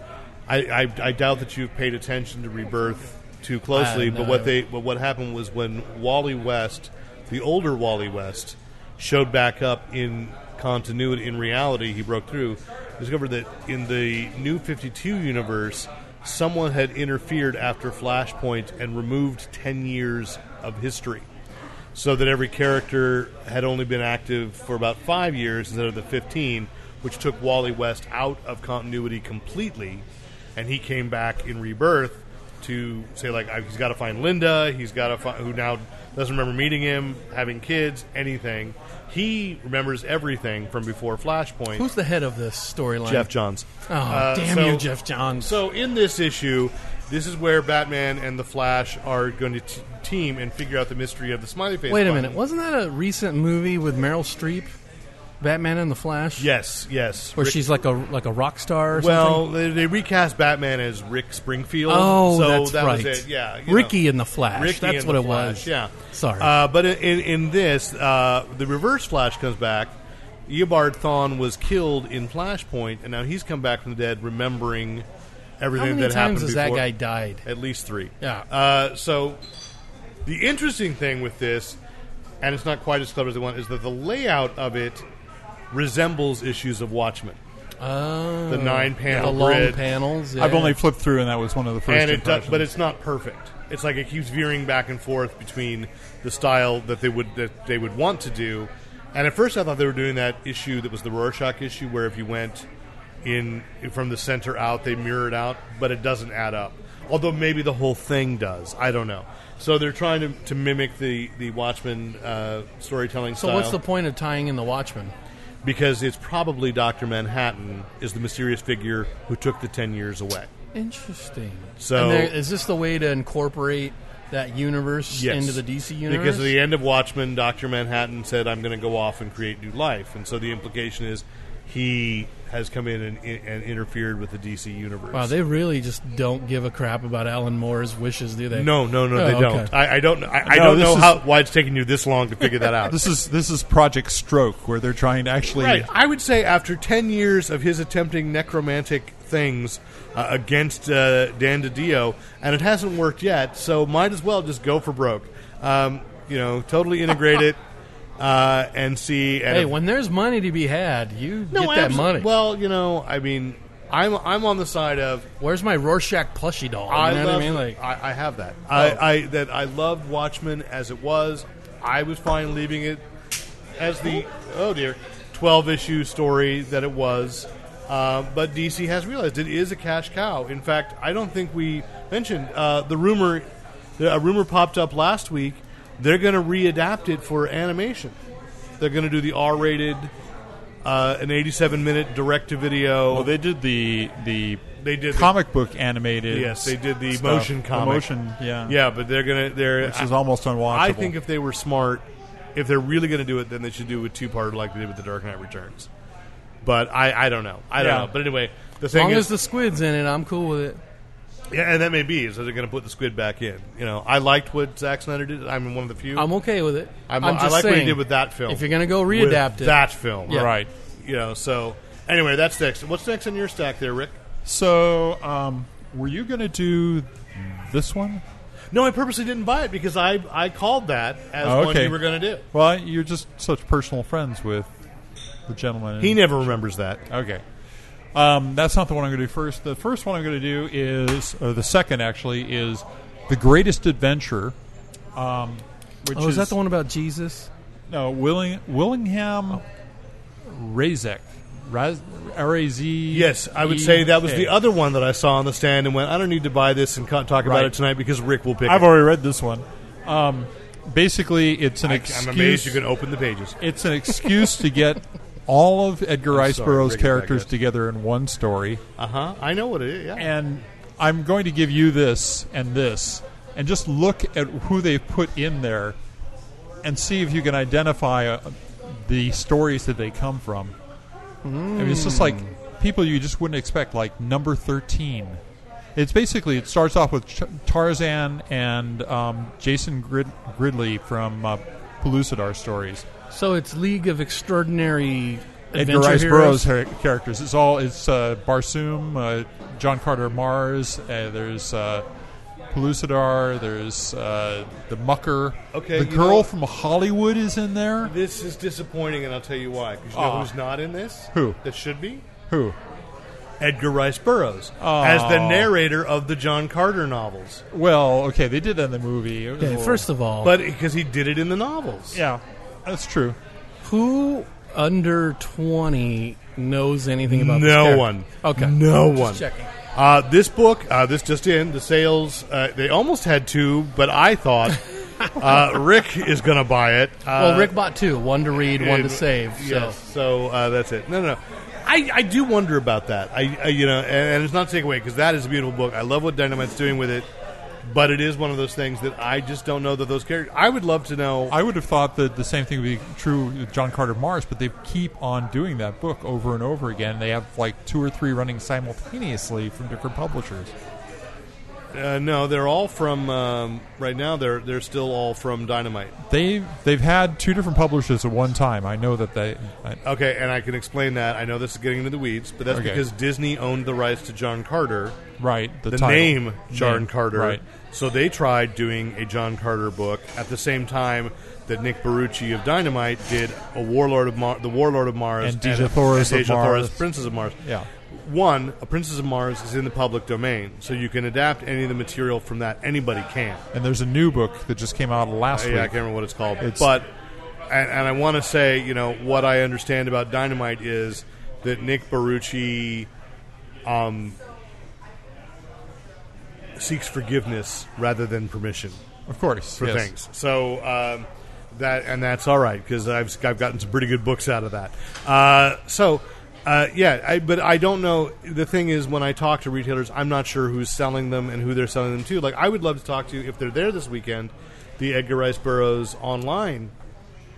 I, I, I doubt that you've paid attention to Rebirth too closely,
no.
but what they but what happened was when Wally West, the older Wally West, showed back up in continuity in reality, he broke through. Discovered that in the New Fifty Two universe, someone had interfered after Flashpoint and removed ten years of history, so that every character had only been active for about five years instead of the fifteen, which took Wally West out of continuity completely, and he came back in Rebirth to say like I, he's got to find Linda, he's got to fi- who now doesn't remember meeting him, having kids, anything. He remembers everything from before Flashpoint.
Who's the head of this storyline?
Jeff Johns?
Oh, damn you, Jeff Johns.
Uh, So in this issue, this is where Batman and the Flash are going to t- team and figure out the mystery of the smiley face.
Wait a
button.
minute. Wasn't that a recent movie with Meryl Streep, Batman and the Flash?
Yes, yes.
Where
Rick-
she's like a like a rock star. Or
well,
something?
they, they recast Batman as Rick Springfield.
Oh,
so
that's
that
right.
was it. Yeah, you know.
Ricky in the Flash.
Ricky
that's
and
what
the
it
Flash,
was.
Yeah,
Sorry.
Uh, but in, in in this, uh, the Reverse Flash comes back. Eobard Thawne was killed in Flashpoint, and now he's come back from the dead, remembering
How
everything
many
that happened
times has that
before.
guy died?
At least three.
Yeah.
Uh, so the interesting thing with this, and it's not quite as clever as they want, is that the layout of it resembles issues of Watchmen.
Oh,
The nine panel
the long
grid.
panels. Yeah.
I've only flipped through, and that was one of the first.
and it does,
impressions.
but it's not perfect. It's like it keeps veering back and forth between the style that they would that they would want to do. And at first, I thought they were doing that issue that was the Rorschach issue, where if you went in from the center out, they mirrored out, but it doesn't add up. Although maybe the whole thing does. I don't know. So they're trying to, to mimic the the Watchmen uh, storytelling
So
style.
what's the point of tying in the Watchmen?
because it's probably Doctor Manhattan is the mysterious figure who took the ten years away.
Interesting.
So-
and there, is this the way to incorporate that universe
Yes.
into the DC universe?
Because at the end of Watchmen, Dr. Manhattan said, I'm going to go off and create new life. And so the implication is he has come in and, and interfered with the DC universe.
wow, they really just don't give a crap about Alan Moore's wishes, do they?
no, no, no,
Oh,
they don't.
okay.
I, I don't. kn- I, I
No,
don't
this
know
is-
how why it's taking you this long to figure that out.
*laughs* This is this is Project Stroke, where they're trying to actually.
right. I would say after ten years of his attempting necromantic things uh, against uh, Dan DiDio, and it hasn't worked yet, so might as well just go for broke. Um, you know, totally integrate it *laughs* uh, and see. And
Hey,
if-
when there's money to be had, you get that
abso-
money.
Well, you know, I mean, I'm I'm on the side of
Where's my Rorschach plushie doll? You
I
know
love
what I mean? Like, Oh.
I, I have that I, I that I loved Watchmen as it was. I was fine leaving it as the oh dear twelve issue story that it was. Uh, but DC has realized it is a cash cow. In fact, I don't think we mentioned uh, the rumor. A rumor popped up last week. They're going to readapt it for animation. They're going to do the R-rated, uh, an 87-minute direct-to-video.
Well, they did the the
They did the-
comic book animated.
Yes, they did the
stuff.
motion
The
comic.
motion, yeah,
Yeah, but they're gonna they're
which is almost unwatchable.
I think if they were smart, if they're really gonna do it, then they should do a two part like they did with the Dark Knight Returns. But I, I don't know. I don't
Yeah.
know. But anyway, the
as
thing
long
is,
as the squid's in it, I'm cool with it.
yeah, and that may be so they're going to put the squid back in. You know, I liked what Zack Snyder did. I'm one of the few.
I'm okay with it.
I'm-
I'm
I
just
like what he
saying,
did with that film.
If you're gonna go
with
readapt it,
that film,
Yeah.
right.
You know, so anyway, that's next. What's next on your stack there, Rick?
So, um, were you going to do this one?
No, I purposely didn't buy it because I I called that as
Oh,
one
okay.
you were going to do.
Well, you're just such personal friends with the gentleman.
He never remembers that.
Okay. Um, that's not the one I'm going to do first. The first one I'm going to do is, or the second actually, is The Greatest Adventure. Um, which
oh, is, that the one about Jesus?
No, Willing, Willingham Razek. Raz, R-A-Z.
Oh. Yes, I would say that
E
was the other one that I saw on the stand and went, I don't need to buy this and co- talk about
Right.
it tonight because Rick will pick
I've
it.
already read this one. Um, basically, it's an excuse.
I'm amazed *laughs* you can open the pages.
*laughs* it's an excuse to get all of Edgar
I'm
Rice
sorry, Rick
Burroughs'
is that
characters
good.
together in one story.
Uh huh. I know what it is. Yeah.
and I'm going to give you this and this, and just look at who they've put in there, and see if you can identify uh, the stories that they come from. I mean, it's just like people you just wouldn't expect, like number thirteen. It's basically it starts off with Ch- Tarzan and um, Jason Grid- Gridley from uh, Pellucidar stories.
So it's League of Extraordinary
Edgar
Adventure
Rice Burroughs
Heroes.
her- characters. It's all it's uh, Barsoom, uh, John Carter Mars. Uh, there's uh, Pellucidar. There's uh, the Mucker.
Okay,
the
you
girl
know-
from Hollywood is in there.
This is disappointing, and I'll tell you why. Because you know
Aw.
who's not in this?
Who?
That should be?
Who?
Edgar Rice Burroughs as the narrator of the John Carter novels.
Well, okay, they did that in the movie. It was a
Okay,
little-
first of all,
But because he did it in the novels.
yeah, that's true.
who under twenty knows anything about this
No
character?
one.
Okay,
No one.
checking.
Uh, this book, uh, this just in, the sales, uh, they almost had two, but I
*laughs*
thought uh, Rick is going to buy it. Uh,
Well, Rick bought two: one to read, one to
and-
save. So
Yes, so uh, that's it. No, no, no. I, I do wonder about that. I, I you know, and, and it's not to take away because that is a beautiful book. I love what Dynamite's doing with it, but it is one of those things that I just don't know that those characters. I would love to know.
I would have thought that the same thing would be true with John Carter Mars, but they keep on doing that book over and over again. They have like two or three running simultaneously from different publishers.
Uh, no, they're all from um, right now. They're they're still all from Dynamite.
They they've had two different publishers at one time. I know that they. I,
Okay, and I can explain that. I know this is getting into the weeds, but that's
Okay.
because Disney owned the rights to John Carter.
right, the,
the
title.
name John
Name,
Carter.
Right.
So they tried doing a John Carter book at the same time that Nick Barucci of Dynamite did a Warlord of Mar- the Warlord of Mars
And Dejah Thoris
and
of
Dejah Thoris,
Mars.
Princess of Mars.
Yeah.
One, a Princess of Mars is in the public domain, so you can adapt any of the material from that. Anybody can.
And there's a new book that just came out last
Yeah, I
week.
can't remember what it's called.
It's-
but and, and I want to say, you know, what I understand about Dynamite is that Nick Barucci um, seeks forgiveness rather than permission
of course.
for
yes.
things. So um, that and that's all right because I've I've gotten some pretty good books out of that. Uh, so. Uh, yeah, I, but I don't know. The thing is, when I talk to retailers, I'm not sure who's selling them and who they're selling them to. Like, I would love to talk to if they're there this weekend, the Edgar Rice Burroughs online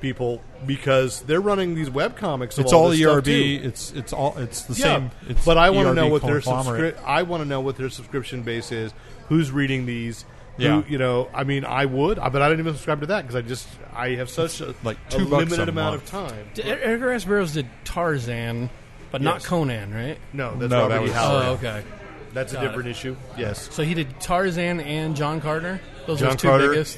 people because they're running these web comics.
It's all E ERB. It's it's all it's the same. It's E
but I want to
ERB
know what their
conglomerate.
subscri- I want to know what their subscription base is. Who's reading these?
Yeah.
Who, you know, I mean, I would, I- but I didn't even subscribe to that because I just I have such a,
like
a
two bucks
limited
a
amount
month.
of time.
D- Edgar Rice Burroughs did Tarzan, but not
Yes.
Conan, right?
No, that's
No,
Robert
that
E.
was-
Oh,
Howard.
okay.
That's a
Got it.
different issue. Yes,
So he did Tarzan and John Carter. Those are
John
his two
Carter.
biggest.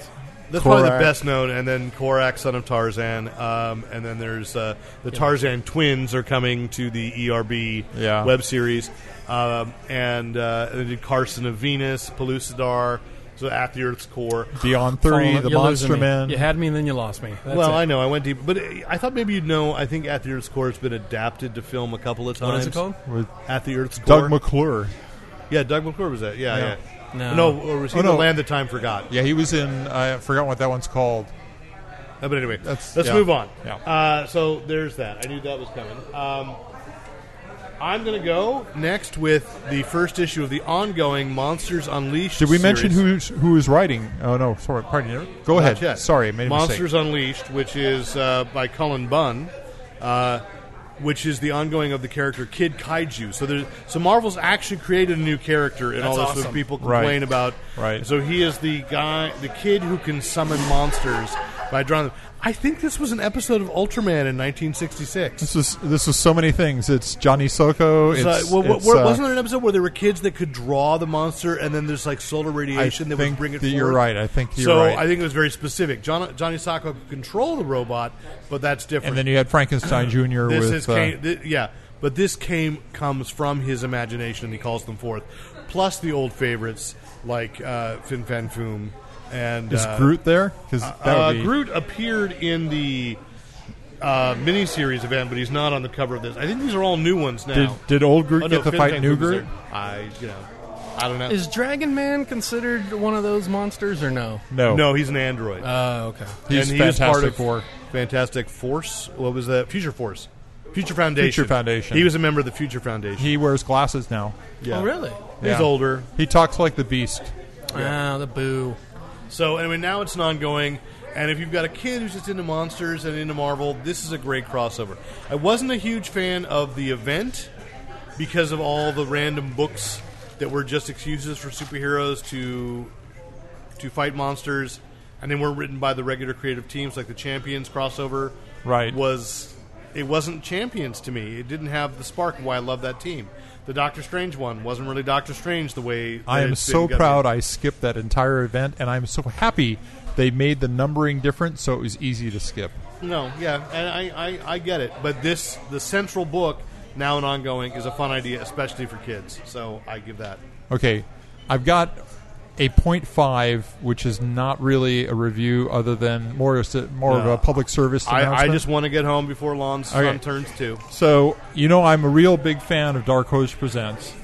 that's probably the
Korak.
best known. And then Korak, Son of Tarzan, um, and then there's uh, the Tarzan twins are coming to the ERB
Yeah.
web series, um, and uh, they did Carson of Venus, Pellucidar, so At the Earth's Core.
Beyond Thirty, the
You're losing
Monster
me.
Men.
You had me, and then you lost me. That's
well,
it.
I know I went deep, but uh, I thought maybe you'd know. I think At the Earth's Core has been adapted to film a couple of times.
What is it called?
with
At the Earth's Core.
Doug McClure.
yeah, Doug McClure was that. Yeah,
No.
yeah.
No.
or was he
Oh,
the
no.
Land That Time Forgot?
Yeah, he was in. I forgot what that one's called.
Uh, But anyway,
That's-
let's
yeah.
move on.
Yeah.
Uh, so there's that. I knew that was coming. Um, I'm going to go next with the first issue of the ongoing Monsters Unleashed.
Did we mention
series.
who's who is writing? Oh no, sorry, pardon. Go
Not
ahead.
yet.
Sorry, I made a
Monsters
mistake.
Unleashed, which is uh, by Cullen Bunn, uh, which is the ongoing of the character Kid Kaiju. So there's so Marvel's actually created a new character, and all this
awesome.
what people
Right.
complain about.
Right.
So he is the guy, the kid who can summon monsters by drawing them. I think this was an episode of Ultraman in 1966.
This is this is so many things. It's Johnny Soko. It's,
So, well,
it's,
wa-
uh,
wasn't there an episode where there were kids that could draw the monster, and then there's like solar radiation that would
think
bring it
that
forward?
you're right. I think you're
so
right.
I think it was very specific. John, Johnny Sacco could control the robot, but that's different.
and then you
*clears throat*
had Frankenstein Jr.
this
with
is
uh,
came, thi- yeah, but this came comes from his imagination, and he calls them forth. Plus the old favorites like uh, Fin Fan Foom and
is
uh,
Groot there? Because that would
uh,
be
Groot appeared in the uh, miniseries event, but he's not on the cover of this. I think these are all new ones now.
did did old Groot
Oh, no,
get to
Fin
fight
Fan
New
Foom was
Groot?
there. I you know I don't know.
Is Dragon Man considered one of those monsters or no?
No,
no, he's an android.
Oh, okay.
he's
and he is
Fantastic
part of
Four.
Fantastic Force. What was that? Future Force. Future Foundation.
Future Foundation.
He was a member of the Future Foundation.
He wears glasses now.
Yeah.
Oh, really?
He's
Yeah.
older.
He talks like the Beast.
Ah, the boo.
So anyway, now it's an ongoing. And if you've got a kid who's just into monsters and into Marvel, this is a great crossover. I wasn't a huge fan of the event because of all the random books that were just excuses for superheroes to to fight monsters, and they weren't written by the regular creative teams like the Champions crossover.
Right.
Was it wasn't Champions to me. It didn't have the spark of why I love that team. The Doctor Strange one wasn't really Doctor Strange the way
I
that
am
it's been
so
gutted.
proud I skipped that entire event, and I'm so happy they made the numbering different so it was easy to skip.
No, yeah, and I, I, I get it. But this, the central book, now and ongoing, is a fun idea, especially for kids. So I give that.
Okay, I've got a 0.5, which is not really a review other than more, just a- more of
No.
a public service
I, I
announcement.
just want to get home before Lon's
Okay.
son turns two.
So, you know, I'm a real big fan of Dark Horse Presents.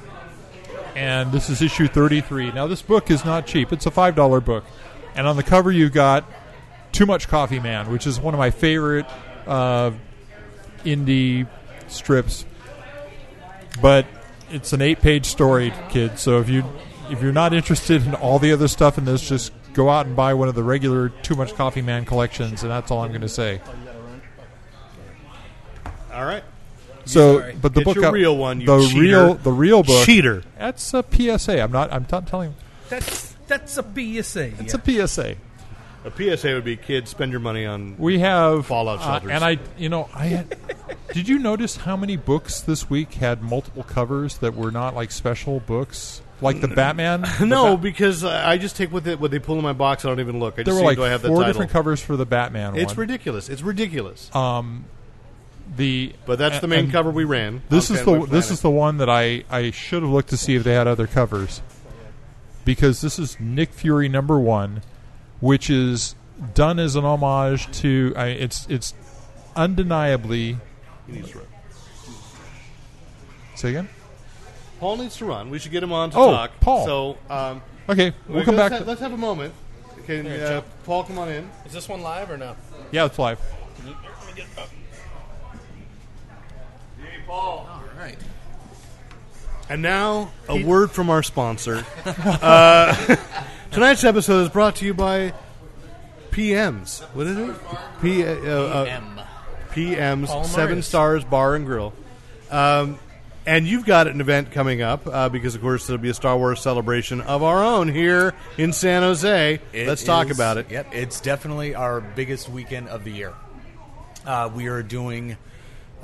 And this is issue 33. Now, this book is not cheap. It's a $5 book. And on the cover, you've got Too Much Coffee Man, which is one of my favorite uh, indie strips. But it's an eight page story, kid. So if, you, if you're not interested in all the other stuff in this, just go out and buy one of the regular Too Much Coffee Man collections. And that's all I'm going to say.
All right.
So,
Sorry.
but the
Get
book
your
out-
real one, you
the
cheater.
real the real book.
Cheater.
That's a PSA. I'm not. I'm not telling.
That's that's a PSA.
It's a PSA.
A PSA would be kids, spend your money on.
We have
Fallout
uh,
shelters.
and I, you know, I. Had, *laughs* did you notice how many books this week had multiple covers that were not like special books, like the
*laughs*
Batman? The
No,
Bat-
because I I just take what they, what they pull in my box. I don't even look. I
there
just
were
see
like
do I have the
four
title.
different covers for the Batman
it's
one.
ridiculous. It's ridiculous.
the
but that's the
and-
main
and
cover we ran.
This
on
is the
Fanboy
this
Planet.
is the one that I I should have looked to see if they had other covers, because this is Nick Fury number one, which is done as an homage to I, it's it's undeniably.
He needs to run.
Say again.
Paul needs to run. We should get him on to
Oh,
talk.
Paul.
So um,
Okay, we'll come
let's
back.
Have, let's have a moment. Can uh, Paul come on in?
Is this one live or no?
yeah, it's live.
All right.
And now, a word from our sponsor. uh, *laughs* tonight's episode is brought to you by PMs. What is it? P, uh, uh,
M.
PMs,
Palmaris.
Seven Stars Bar and Grill. Um, and you've got an event coming up uh, because, of course, there'll be a Star Wars celebration of our own here in San Jose.
It
Let's talk
is-
about it.
Yep, it's definitely our biggest weekend of the year. Uh, we are doing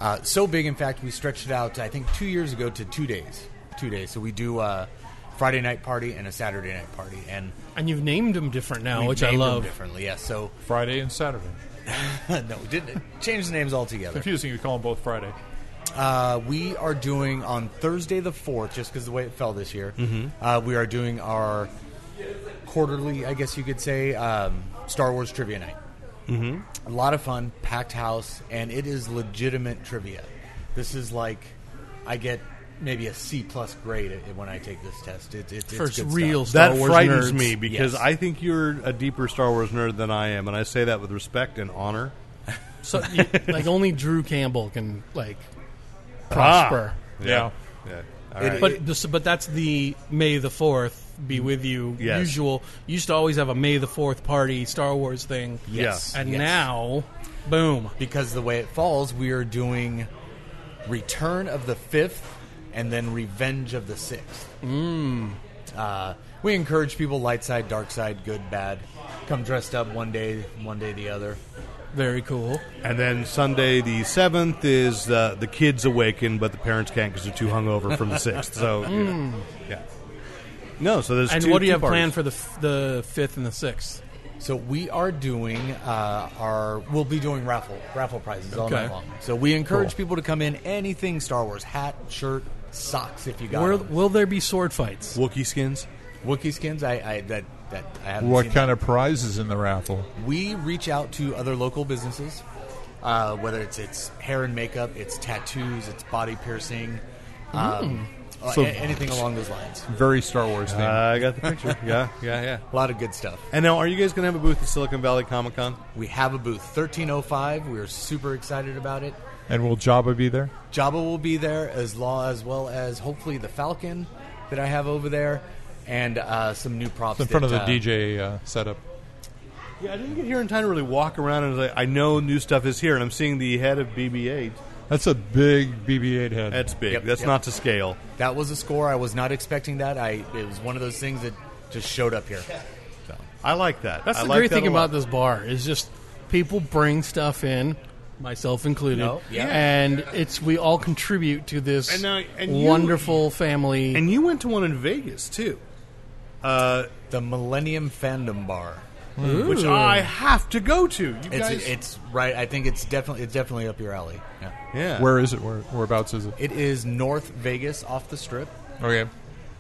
uh, so big, in fact, we stretched it out, I think, two years ago to two days. Two days. So we do a Friday night party and a Saturday night party. And
And you've named them different now,
Oh,
we
which I
named them
love.
differently, yes. So, *laughs*
Friday and Saturday.
no, we didn't change the names altogether.
Confusing. You call them both Friday.
Uh, we are doing on Thursday the 4th, just because the way it fell this year,
Mm-hmm.
uh, we are doing our quarterly, I guess you could say, um, Star Wars trivia night. Mm-hmm. A lot of fun, packed house, and it is legitimate trivia. This is like, I get maybe a C plus grade i- when I take this test. It, it, it's
For
good
real
stuff.
Star
that
Wars
frightens
nerds.
me because
Yes.
I think you're a deeper Star Wars nerd than I am, and I say that with respect and honor.
So, you, like, only Drew Campbell can like
*laughs*
prosper.
Yeah.
Ah. Yeah. All
It-
right.
But this, but that's the May the Fourth be with you
Yes.
usual. You used to always have a May the Fourth party Star Wars thing,
Yes,
and
yes.
now, boom,
because the way it falls, we are doing Return of the Fifth and then Revenge of the Sixth. Mm.
Hmm.
Uh, we encourage people light side, dark side, good, bad. Come dressed up one day, one day the other.
very cool.
And then Sunday the seventh is uh, the kids awaken, but the parents can't because they're too hungover from the sixth.
*laughs*
So you know, yeah, no. So there's
Hmm. And
two,
what do you
two
have
parties.
planned for the f- the fifth and the sixth?
So we are doing uh, our. We'll be doing raffle raffle prizes all
Okay.
night long. So we encourage people to come in anything Star Wars hat, shirt, socks if you got
Where,
'em.
will there be sword
*laughs*
fights?
Wookie skins?
Wookiee skins. I, I that that I haven't
What
seen
kind of prizes in the raffle?
we reach out to other local businesses, uh, whether it's it's hair and makeup, it's tattoos, it's body piercing, um, uh,
Hmm. So-
a- anything along those lines.
Very Star Wars thing.
Uh, I got the *laughs* picture. yeah, yeah, yeah.
A lot of good stuff.
And now, are you guys going to have a booth at Silicon Valley Comic Con?
We have a booth, thirteen oh five. We are super excited about it.
and will Jabba be there?
Jabba will be there as law as well as hopefully the Falcon that I have over there, and uh, some new props
It's in front of
that,
the
uh,
DJ uh, setup.
Yeah, I didn't get here in time to really walk around and like, I know new stuff is here, and I'm seeing the head of BB-8.
That's a big BB-8 head.
That's big.
Yep,
That's
yep.
not to scale.
uh, That was a score I was not expecting. That I it was one of those things that just showed up here.
I like that.
That's
I
the
like
great
that
thing
a lot.
about this bar is just people bring stuff in, myself included,
No, yeah.
and it's we all contribute to this
And now- and you-
wonderful family.
And you went to one in Vegas too, uh,
The Millennium Fandom Bar.
which I have to go to. You
It's
guys,
it's right. I think it's definitely it's definitely up your alley. Yeah.
yeah.
Where is it? Where, whereabouts is it?
It is North Vegas off the Strip,
Okay.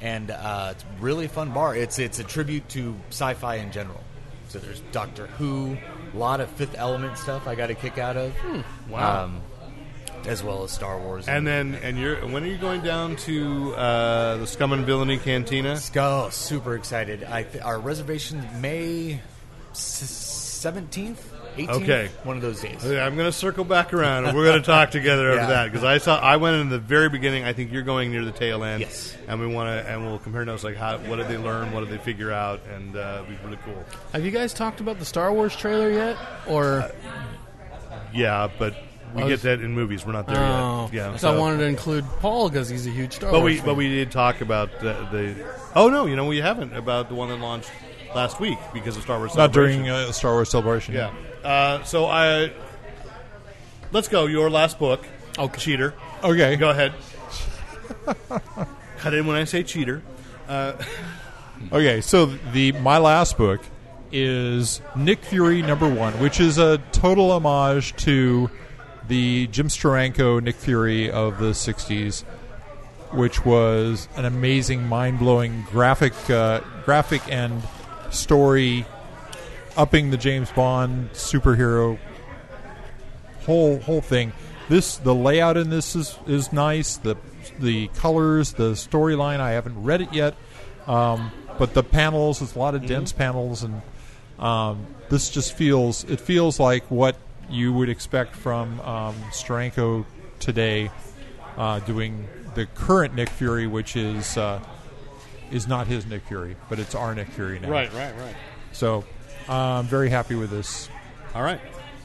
and uh, it's a really fun bar. It's it's a tribute to sci-fi in general. So there's Doctor Who, a lot of Fifth Element stuff I got a kick out of.
Hmm. wow.
Um, as well as Star Wars
and then and you're when are you going down to uh, the Scum and Villainy Cantina?
Go, Oh, super excited. I th- our reservation May seventeenth, eighteenth.
Okay.
one of those days.
I'm going to circle back around and we're going to talk together
Yeah.
after that because I saw I went in the very beginning. I think you're going near the tail end.
Yes.
and we want to and we'll compare notes like how what did they learn, what did they figure out, and uh, it'd be really cool.
Have you guys talked about the Star Wars trailer yet? Or
Uh, Yeah, but we
I was-
get that in movies. We're not there
oh,
yet. Yeah,
so I wanted to include Paul because he's a huge Star
But
Wars.
we but we did talk about the, the oh no, you know we haven't about the one that launched last week because of Star Wars.
Not during
Celebration.
uh, Star Wars Celebration.
yeah. Uh, so I let's go. Your last book.
Okay.
cheater.
Okay.
Go *laughs* ahead. Cut in when I say cheater.
Okay, so the my last book is Nick Fury number one, which is a total homage to the Jim Steranko Nick Fury of the '60s, which was an amazing, mind-blowing graphic, uh, graphic and story, upping the James Bond superhero whole whole thing. This the layout in this is is nice. The the colors, the storyline. I haven't read it yet, um, but the panels. It's a lot of dense panels, and um, this just feels it feels like what you would expect from um, Stranko today, uh, doing the current Nick Fury, which is. Uh, is not his Nick Fury, but it's our Nick Fury now.
right, right.
So, uh, I'm very happy with this.
All right.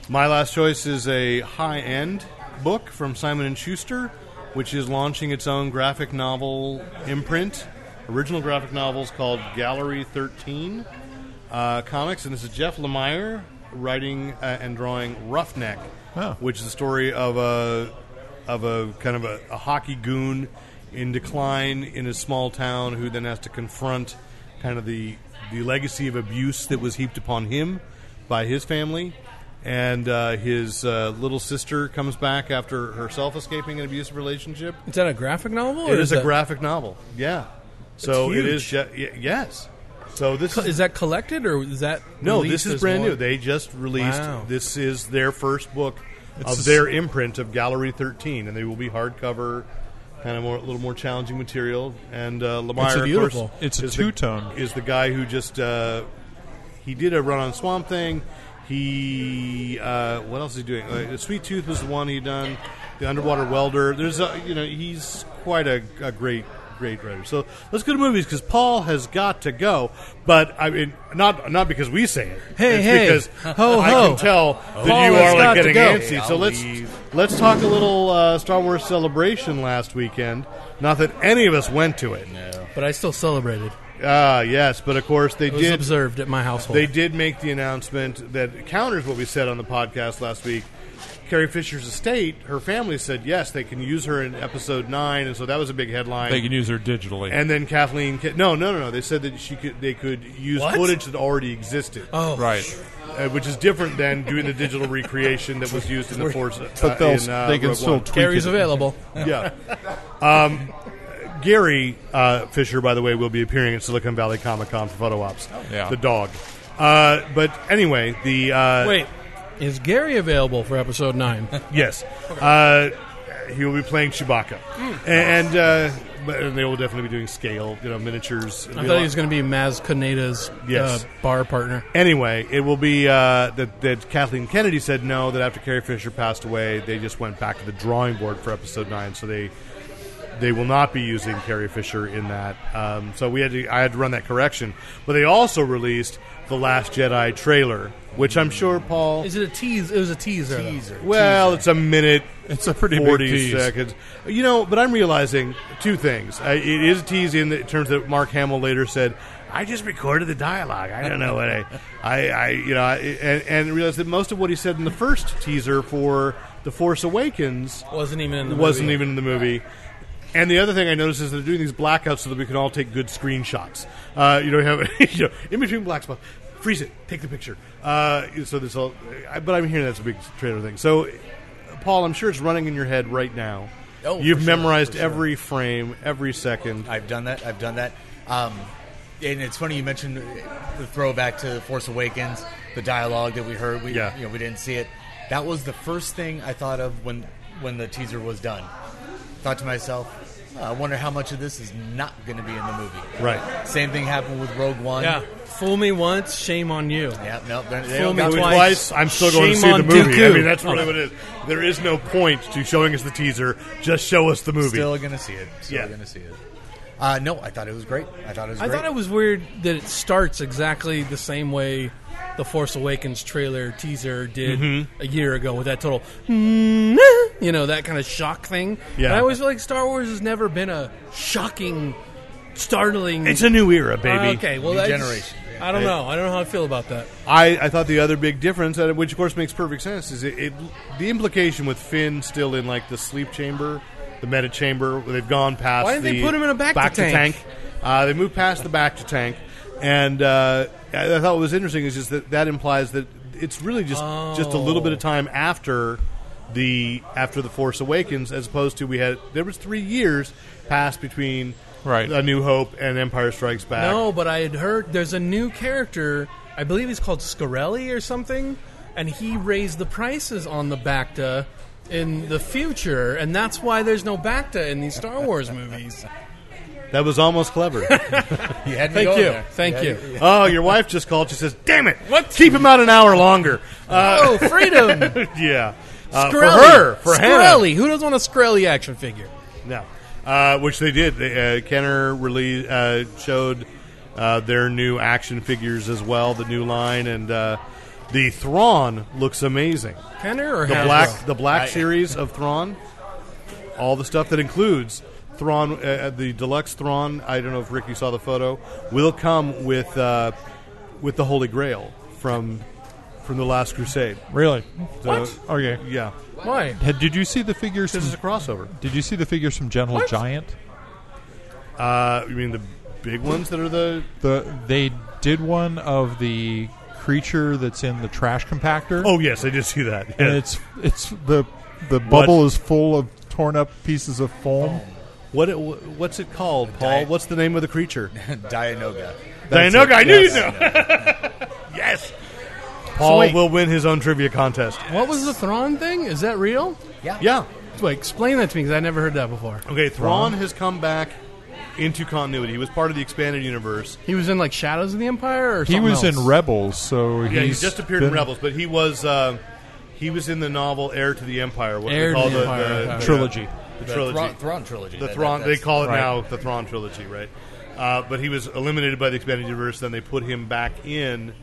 My last choice is a high-end book from Simon and Schuster, which is launching its own graphic novel imprint. Original graphic novels called Gallery 13 uh, comics, and this is Jeff Lemire writing uh, and drawing Roughneck,
Oh.
which is the story of a of a kind of a, a hockey goon in decline in a small town who then has to confront kind of the the legacy of abuse that was heaped upon him by his family. And uh, his uh, little sister comes back after herself escaping an abusive relationship.
is that a graphic novel?
It
or
is a
that-
graphic novel, yeah. So it is, ju- y- yes. So this
Is that collected or is that
no, this
released
is
as
brand
one?
new. They just released.
Wow.
This is their first book
It's
of
just-
their imprint of Gallery 13, and they will be hardcover, kind of more, a little more challenging material. And uh, Lemire,
beautiful.
of course,
It's a
is the-
two-tone.
Is the guy who just uh, he did a run on Swamp Thing. He uh, what else is he doing? Uh, Sweet Tooth was the one he done. The Underwater Welder. There's a you know he's quite a, a great great writer. So let's go to movies because Paul has got to go. But I mean not not because we say it.
Hey,
it's
hey.
Because
*laughs* Ho,
I
ho.
can tell that
Paul
you
has
are
got
like getting
to go.
antsy.
Hey,
so
I'll
let's
leave.
let's talk a little uh, Star Wars Celebration last weekend. Not that any of us went to it.
But I still celebrated.
Ah, yes, but of course they
It was
did.
observed at my household.
They did make the announcement that counters what we said on the podcast last week. Carrie Fisher's estate, her family said yes, they can use her in episode nine, and so that was a big headline.
They can use her digitally.
and then Kathleen, Ki- no, no, no, no. They said that she could, they could use
What?
footage that already existed,
oh,
right.
uh, which is different than doing the digital recreation that was used in the Force. Uh,
But they'll,
in, uh,
they can
Rogue
still
One.
tweak
Gary's
it.
available.
yeah. Um, Gary uh, Fisher, by the way, will be appearing at Silicon Valley Comic Con for photo ops.
Yeah.
The dog. Uh, but anyway, the uh,
Wait, is Gary available for
*laughs*
episode nine?
yes, uh, he will be playing Chewbacca,
Hmm.
A- and uh, but and they will definitely be doing scale, you know, miniatures.
I thought he was going to be Maz Kaneda's
Yes.
uh, bar partner.
Anyway, it will be uh, that, that Kathleen Kennedy said no, that after Carrie Fisher passed away, they just went back to the drawing board for episode nine, so they they will not be using Carrie Fisher in that. Um, so we had to, I had to run that correction. But they also released the Last Jedi trailer, which I'm sure Paul.
Is it a tease? It was a teaser. though.
well, it's a minute
It's a pretty big
40
tease.
seconds. You know, but I'm realizing two things. I, it is teasing in the terms that Mark Hamill later said, I just recorded the dialogue. I don't know what I, *laughs* I, I you know, I, and, and realized that most of what he said in the first teaser for The Force Awakens
Wasn't even in the
wasn't
movie.
even in the movie. And the other thing I noticed is they're doing these blackouts so that we can all take good screenshots. Uh, you don't have *laughs* you know, in between black spots. Freeze it. Take the picture. Uh, so this all, I- but I'm hearing that's a big trailer thing. So, Paul, I'm sure it's running in your head right now.
Oh, for
You've
sure,
memorized
for sure.
every frame, every second.
I've done that. I've done that. Um, and it's funny you mentioned the throwback to Force Awakens, the dialogue that we heard. We,
Yeah.
you know, we didn't see it. That was the first thing I thought of when when the teaser was done. Thought to myself, "Oh, I wonder how much of this is not going to be in the movie.
Right.
Same thing happened with Rogue One.
Yeah. Fool me once, shame on you.
Yeah, no, they they
Fool
don't
me
got
twice.
one.
Twice, I'm still going
Shame
to see the
on
movie. I
Dooku.
mean, that's really what it is. There is no point to showing us the teaser. Just show us the movie.
Still going to see it. Still
Yeah.
going to see it. Uh, no, I thought it was great. I thought it was.
I
great.
thought it was weird that it starts exactly the same way the Force Awakens trailer teaser did
Mm-hmm.
a year ago with that total, you know, that kind of shock thing.
Yeah.
And I always feel like Star Wars has never been a shocking, startling. Ah,
it's a new era, baby.
okay, well,
New
that's,
generation.
I don't know. I don't know how I feel about that.
I, I thought the other big difference, uh, which of course makes perfect sense, is it, it the implication with Finn still in like the sleep chamber, the meta chamber. Where they've gone past.
Why didn't they
the
put him in a back to tank?
Uh, they moved past the back to tank, and uh, I, I thought what was interesting is just that that implies that it's really just just a little
Oh.
bit of time after the after the Force Awakens, as opposed to we had there was three years passed between
Right.
A New Hope and Empire Strikes Back.
No, but I had heard there's a new character. I believe he's called Scarelli or something, and he raised the prices on the Bacta in the future, and that's why there's no Bacta in these Star
*laughs*
Wars movies.
that was almost
*laughs*
clever.
You had
Thank
me going
you,
there.
thank
Yeah,
you.
Oh, your wife just called. She says, "Damn it!
What?
Keep him out an hour longer." Uh, *laughs*
oh, freedom!
yeah, uh, for
Scarelli.
her, for
Scarelli. Who doesn't want a Scarelli action figure?
Hannah. No, uh, which they did. They, uh, Kenner released, uh, showed uh, their new action figures as well, the new line, and uh, the Thrawn looks amazing.
Kenner or
The
Hasbro?
black, the black
I-
series of Thrawn, all the stuff that includes. Thrawn, uh, the deluxe Thrawn. I don't know if Ricky saw the photo. Will come with uh, with the Holy Grail from from the Last Crusade.
Really?
What?
Okay.
Yeah.
Why?
Had- Did you see the figures?
This is a
From,
crossover.
did you see the figures from Gentle
What?
Giant?
Uh, you mean the big ones that are the.
The they did one of the creature that's in the trash compactor.
Oh, yes, I did see that.
and it's it's the the bubble is full of torn up pieces of foam.
Oh, What it, what's it called, Paul?
Diet-
What's the name of the creature?
*laughs* Dianoga.
That's
Dianoga,
it.
I knew
Yes.
you know. yes. Paul
wait.
will win his own trivia contest.
What was the Thrawn thing? Is that real?
Yeah.
Yeah.
Wait, explain that to me because I never heard that before.
Okay, Thrawn has come back into continuity. He was part of the expanded universe.
He was in like Shadows of the Empire, or
He
something
was
else?
in Rebels, so
Yeah,
he's
he just appeared in
been-
Rebels, but he was uh, he was in the novel Heir to the Empire. What they
Heir to
call
the
the,
Empire,
the-
okay.
Trilogy.
The,
The
trilogy.
Thrawn, Thrawn trilogy.
the
That-
Thrawn.
that-
they
that's-
call it
Right.
now the Thrawn trilogy, right? Uh, but he was eliminated by the expanded universe. Then they put him back in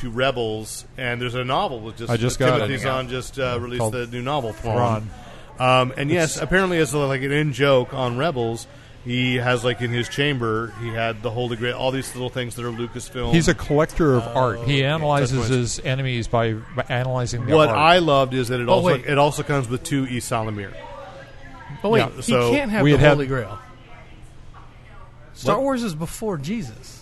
to Rebels, and there's a novel with just
I just got it.
Timothy Zahn just uh, released
Called
the new novel Thrawn. Um, and yes, apparently as a, like an in joke on Rebels, he has like in his chamber he had the Holy Grail, all these little things that are Lucasfilm.
He's a collector of art. He
Touch
analyzes
points.
his enemies by, by analyzing their
what I
art.
loved is
Oh,
that it also
wait.
it also comes with two E Isalamir.
But wait,
Yeah,
he
so
can't have
we
the
had-
Holy Grail. Star
What?
Wars is before Jesus.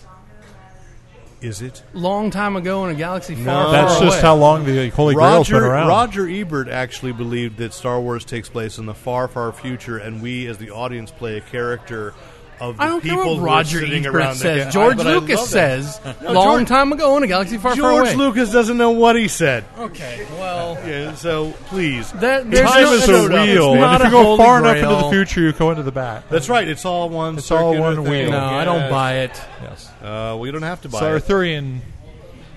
Is it
Long time ago in a galaxy far,
No.
far
That's just
away.
how long the Holy Grail's
Roger,
been around.
Roger Ebert actually believed that Star Wars takes place in the far, far future, and we, as the audience, play a character of the
I don't care
people
what
who are
Roger
sitting
Ebert
around
says.
The,
George
But I
Lucas
love that.
says,
*laughs* No,
long
George-
time ago in a galaxy far, far away.
George Lucas doesn't know what he said.
Okay, well,
*laughs* Yeah, so please,
That- there's
Time
no-
is
no,
a
no, it's
wheel.
not
And if
a
you go
Holy
far enough
Grail.
into the future, you go into the back.
That's right. It's all one.
It's all
circular
one
thing.
wheel.
no, I don't
Yes.
buy it.
Yes.
Uh, we don't have to buy.
So
it.
Arthurian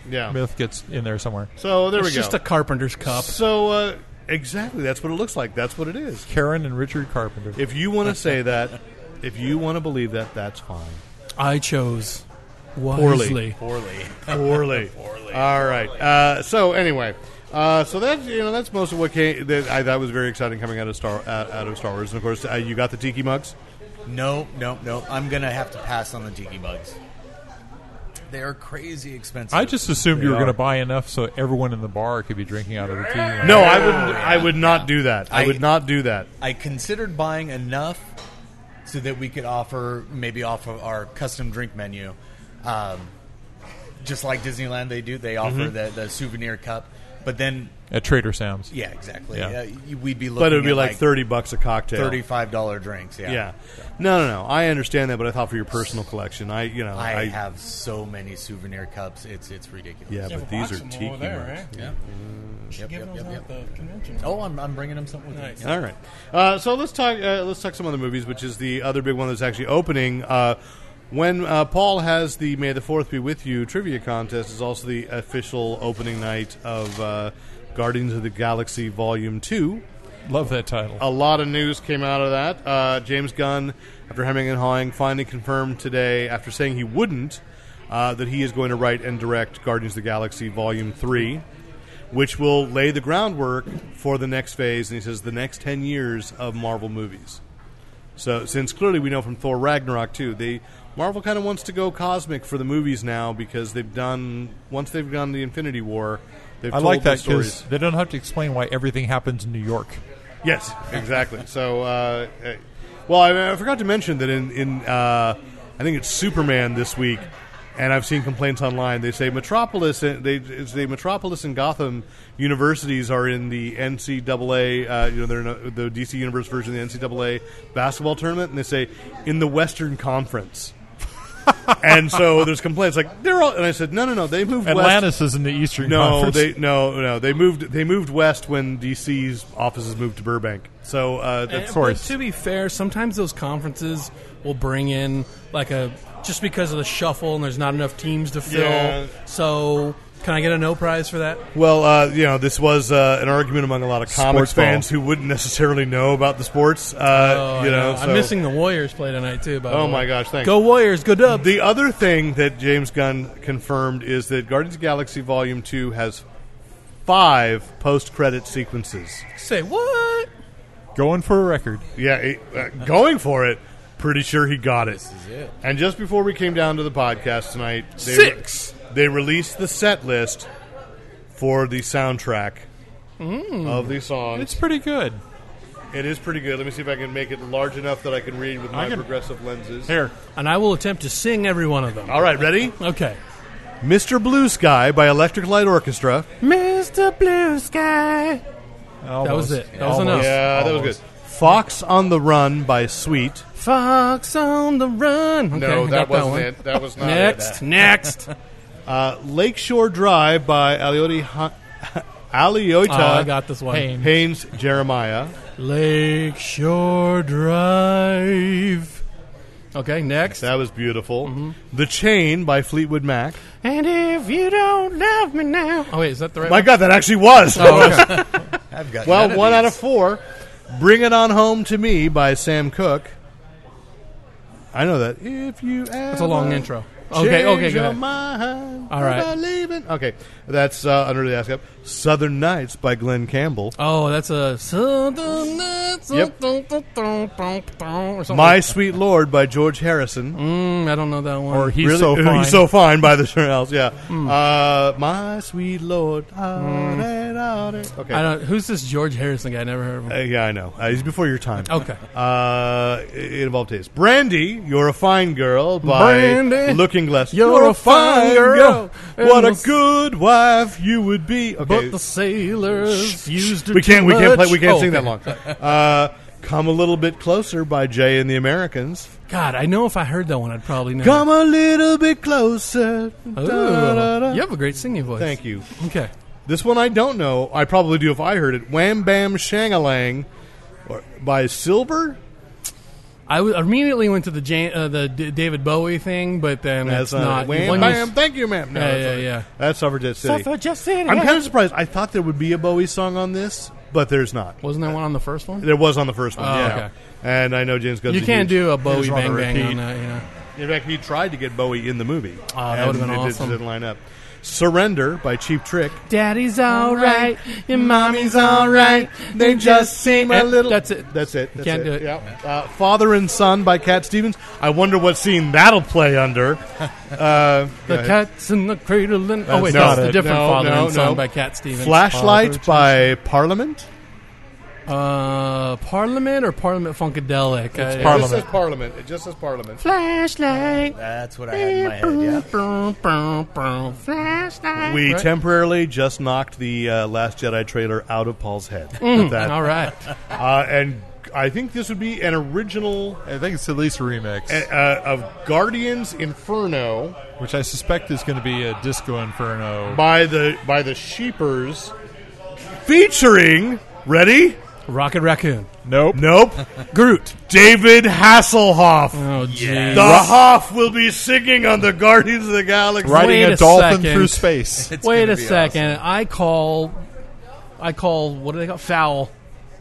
Yeah.
myth gets in there somewhere.
So there
It's
we go.
just a carpenter's cup.
so uh, exactly, that's what it looks like. That's what it is.
Karen and Richard Carpenter.
If you want to say that, if you want to believe that, that's fine.
I chose
Poorly.
wisely.
Poorly.
poorly.
*laughs* Poorly.
All right. Uh, so anyway, uh, so that's you know that's most of what came, that I thought was very exciting coming out of Star out, out of Star Wars. And of course, uh, you got the tiki mugs.
No, no, no. I'm gonna have to pass on the tiki bugs. They are crazy expensive.
I just assumed you
They
were
are.
going to buy enough so everyone in the bar could be drinking out of the tea.
No, I would I would not do that. I,
Oh, I-
would not do that.
I considered buying enough so that we could offer maybe off of our custom drink menu, um, just like Disneyland they do. They offer the, the souvenir cup, but then
at Trader Sam's.
yeah, exactly.
Yeah.
Uh, you- we'd be looking.
But it would be
at
like thirty bucks a cocktail.
thirty-five dollar drinks. Yeah.
Yeah. No, no, no. I understand that, but I thought for your personal collection, I you know
I, have so many souvenir cups. It's it's ridiculous.
Yeah,
You
but
have a
these
box
are
of them
tiki
over there,
mugs.
right?
Yeah. Yep,
Give
yep,
those
yep,
out
yep.
at the convention.
Oh, I'm, I'm bringing them something with
Nice.
me.
All right. Uh, so let's talk. Uh, let's talk some other movies, which is the other big one that's actually opening. Uh, when uh, Paul has the May the Fourth be with you trivia contest, is also the official opening night of uh, Guardians of the Galaxy Volume Two.
Love that title.
A lot of news came out of that. Uh, James Gunn, after hemming and hawing, finally confirmed today, after saying he wouldn't, uh, that he is going to write and direct Guardians of the Galaxy Volume 3, which will lay the groundwork for the next phase, and he says the next 10 years of Marvel movies. So, since clearly we know from Thor Ragnarok too, they Marvel kind of wants to go cosmic for the movies now because they've done once they've done the Infinity War, they've
I
told
like
the
that
stories.
because they don't have to explain why everything happens in New York.
Yes, exactly. so, uh, uh, well, I, I forgot to mention that in in uh, I think it's Superman this week, and I've seen complaints online. They say Metropolis, and they it's the Metropolis and Gotham universities are in the NCAA. Uh, you know, they're in a, the DC Universe version of the NCAA basketball tournament, and they say in the Western Conference. *laughs* and so there's complaints like they're all, and I said no, no, no. They moved west.
Atlantis is in the Eastern
No,
Conference.
they no no they moved they moved west when DC's offices moved to Burbank. So uh, that's
Of course.
But to be fair, sometimes those conferences will bring in like a just because of the shuffle and there's not enough teams to fill.
Yeah.
So can I get a no prize for that?
well, uh, you know, this was uh, an argument among a lot of comics
Sports ball.
fans who wouldn't necessarily know about the sports. Uh,
Oh,
you
I
know, so-
I'm missing the Warriors play tonight too. By the
Oh
way.
my gosh, thanks.
Go Warriors, go Dubs.
The other thing that James Gunn confirmed is that Guardians of the Galaxy Volume Two has five post-credit sequences.
Say what?
Going for a record.
Yeah, it, uh, going for it. Pretty sure he got it.
it.
And just before we came down to the podcast tonight, they
Six.
they released the set list for the soundtrack
Mm.
of the song.
It's pretty good.
It is pretty good. Let me see if I can make it large enough that I can read with my
can-
progressive lenses.
Here.
And I will attempt to sing every one of them.
All right, ready?
Okay.
Mr. Blue Sky by Electric Light Orchestra.
Mr. Blue Sky.
Almost.
was it. That was enough.
Yeah, that was good. Fox on the Run by Sweet.
Fox on the run. Okay, I
no,
got
that wasn't
one.
it. That was not it. *laughs*
Next, next.
Uh, Lakeshore Drive by Alioti ha- *laughs* Aliota.
Oh, I got this one.
Pain.
Haynes Jeremiah.
Lakeshore Drive. Okay, next.
That was beautiful.
Mm-hmm.
The Chain by Fleetwood Mac.
And if you don't love me now. Oh, wait, is that the right
My
one?
God, that actually was.
Oh, okay.
I've
*laughs*
got
well,
none
one out of
these.
four. Bring It On Home to Me by Sam Cooke. I know that. If you
That's a long intro. Okay, okay, go ahead. All right.
Okay, that's uh, under the ask up. Southern Nights by Glenn Campbell.
Oh, that's a. Southern Nights,
Yep.
dun, dun, dun, dun, dun, or something.
My Sweet Lord by George Harrison.
Mm, I don't know that one.
Or he's
Really?
so
*laughs*
fine.
He's so fine by the Shirelles, yeah.
Hmm.
Uh, my sweet Lord. ah, da, da, da. Okay.
I don't. Who's this George Harrison guy? I never heard of him.
Uh, yeah, I know. Uh, he's before your time.
Okay.
Uh, it involved his Brandy, you're a fine girl by
Brandy,
Looking Glass.
you're a fine girl.
What a
And the-
good wife you would be. Okay,
But the sailors used it
we can't.
too
We can't play.
much.
We can't
Oh,
sing that
okay.
long.
*laughs*
Uh, Come a little bit closer by Jay and the Americans.
God, I know if I heard that one, I'd probably know.
Come a little bit closer.
Ooh,
Da-da-da.
You have a great singing voice.
Thank you.
Okay.
This one I don't know. I probably do if I heard it. Wham Bam Shangalang or- by Silver.
I w- immediately went to the Jan- uh, the D- David Bowie thing, but then
That's
it's not.
uh, Wham
When you
Bam.
s-
Thank you, ma'am. No,
Yeah,
that's
yeah,
not-
yeah.
That's Suffragette City.
Suffragette City.
I'm kind of surprised. I thought there would be a Bowie song on this, but there's not.
Wasn't there one on the first one?
There was on the first one.
Oh,
yeah.
okay.
And I know James Gunn's
You
a
can't
huge-
do a Bowie
just wanna
bang bang
repeat.
on that. You know.
In fact, he tried to get Bowie in the movie.
Oh, that
and
would've been
it just
awesome.
didn't line up. Surrender by Cheap Trick.
Daddy's all right, your mommy's all right. They just seem a little. That's it.
That's it. That's
Can't do it.
Yeah. Uh, Father and Son by Cat Stevens. I wonder what scene that'll play under. Uh, go
The
ahead.
cat's in the cradle. And, oh wait,
not
that's the
it.
different
No,
father
no,
and son
no.
by Cat Stevens.
Flashlight by Parliament.
Uh, Parliament or Parliament Funkadelic? It's
It just says Parliament. It just says Parliament.
Flashlight.
That's what I had in my head. Yeah.
Flashlight.
We
Right?
temporarily just knocked the uh, Last Jedi trailer out of Paul's head. with that.
Mm. All right.
Uh, and I think this would be an original
I think it's at least a remix,
uh, of Guardians Inferno
which I suspect is going to be a Disco Inferno.
by the by the Sheepers, featuring ready?
Rocket Raccoon.
Nope. Mm.
Nope. *laughs* Groot. David Hasselhoff.
Oh, jeez.
The Hoff will be singing on the Guardians of the Galaxy.
Riding
Wait
a,
a
dolphin
second.
through space.
It's
Wait
gonna
a
be
second. I call. I call. What do they call? Foul.
*laughs*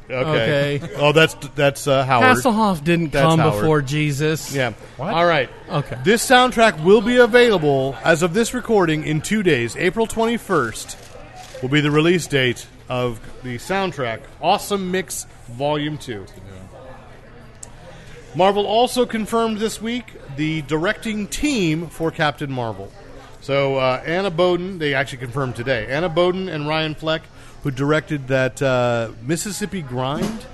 Okay.
Okay.
Oh, that's that's uh, Howard.
Hasselhoff didn't
That's
come
Howard.
before Jesus.
Yeah.
What?
All right.
Okay.
This soundtrack will be available as of this recording in two days. April 21st will be the release date of the soundtrack Awesome Mix Volume 2. Marvel also confirmed this week the directing team for Captain Marvel. So, uh, Anna Boden, they actually confirmed today. Anna Boden and Ryan Fleck, who directed that uh, Mississippi Grind,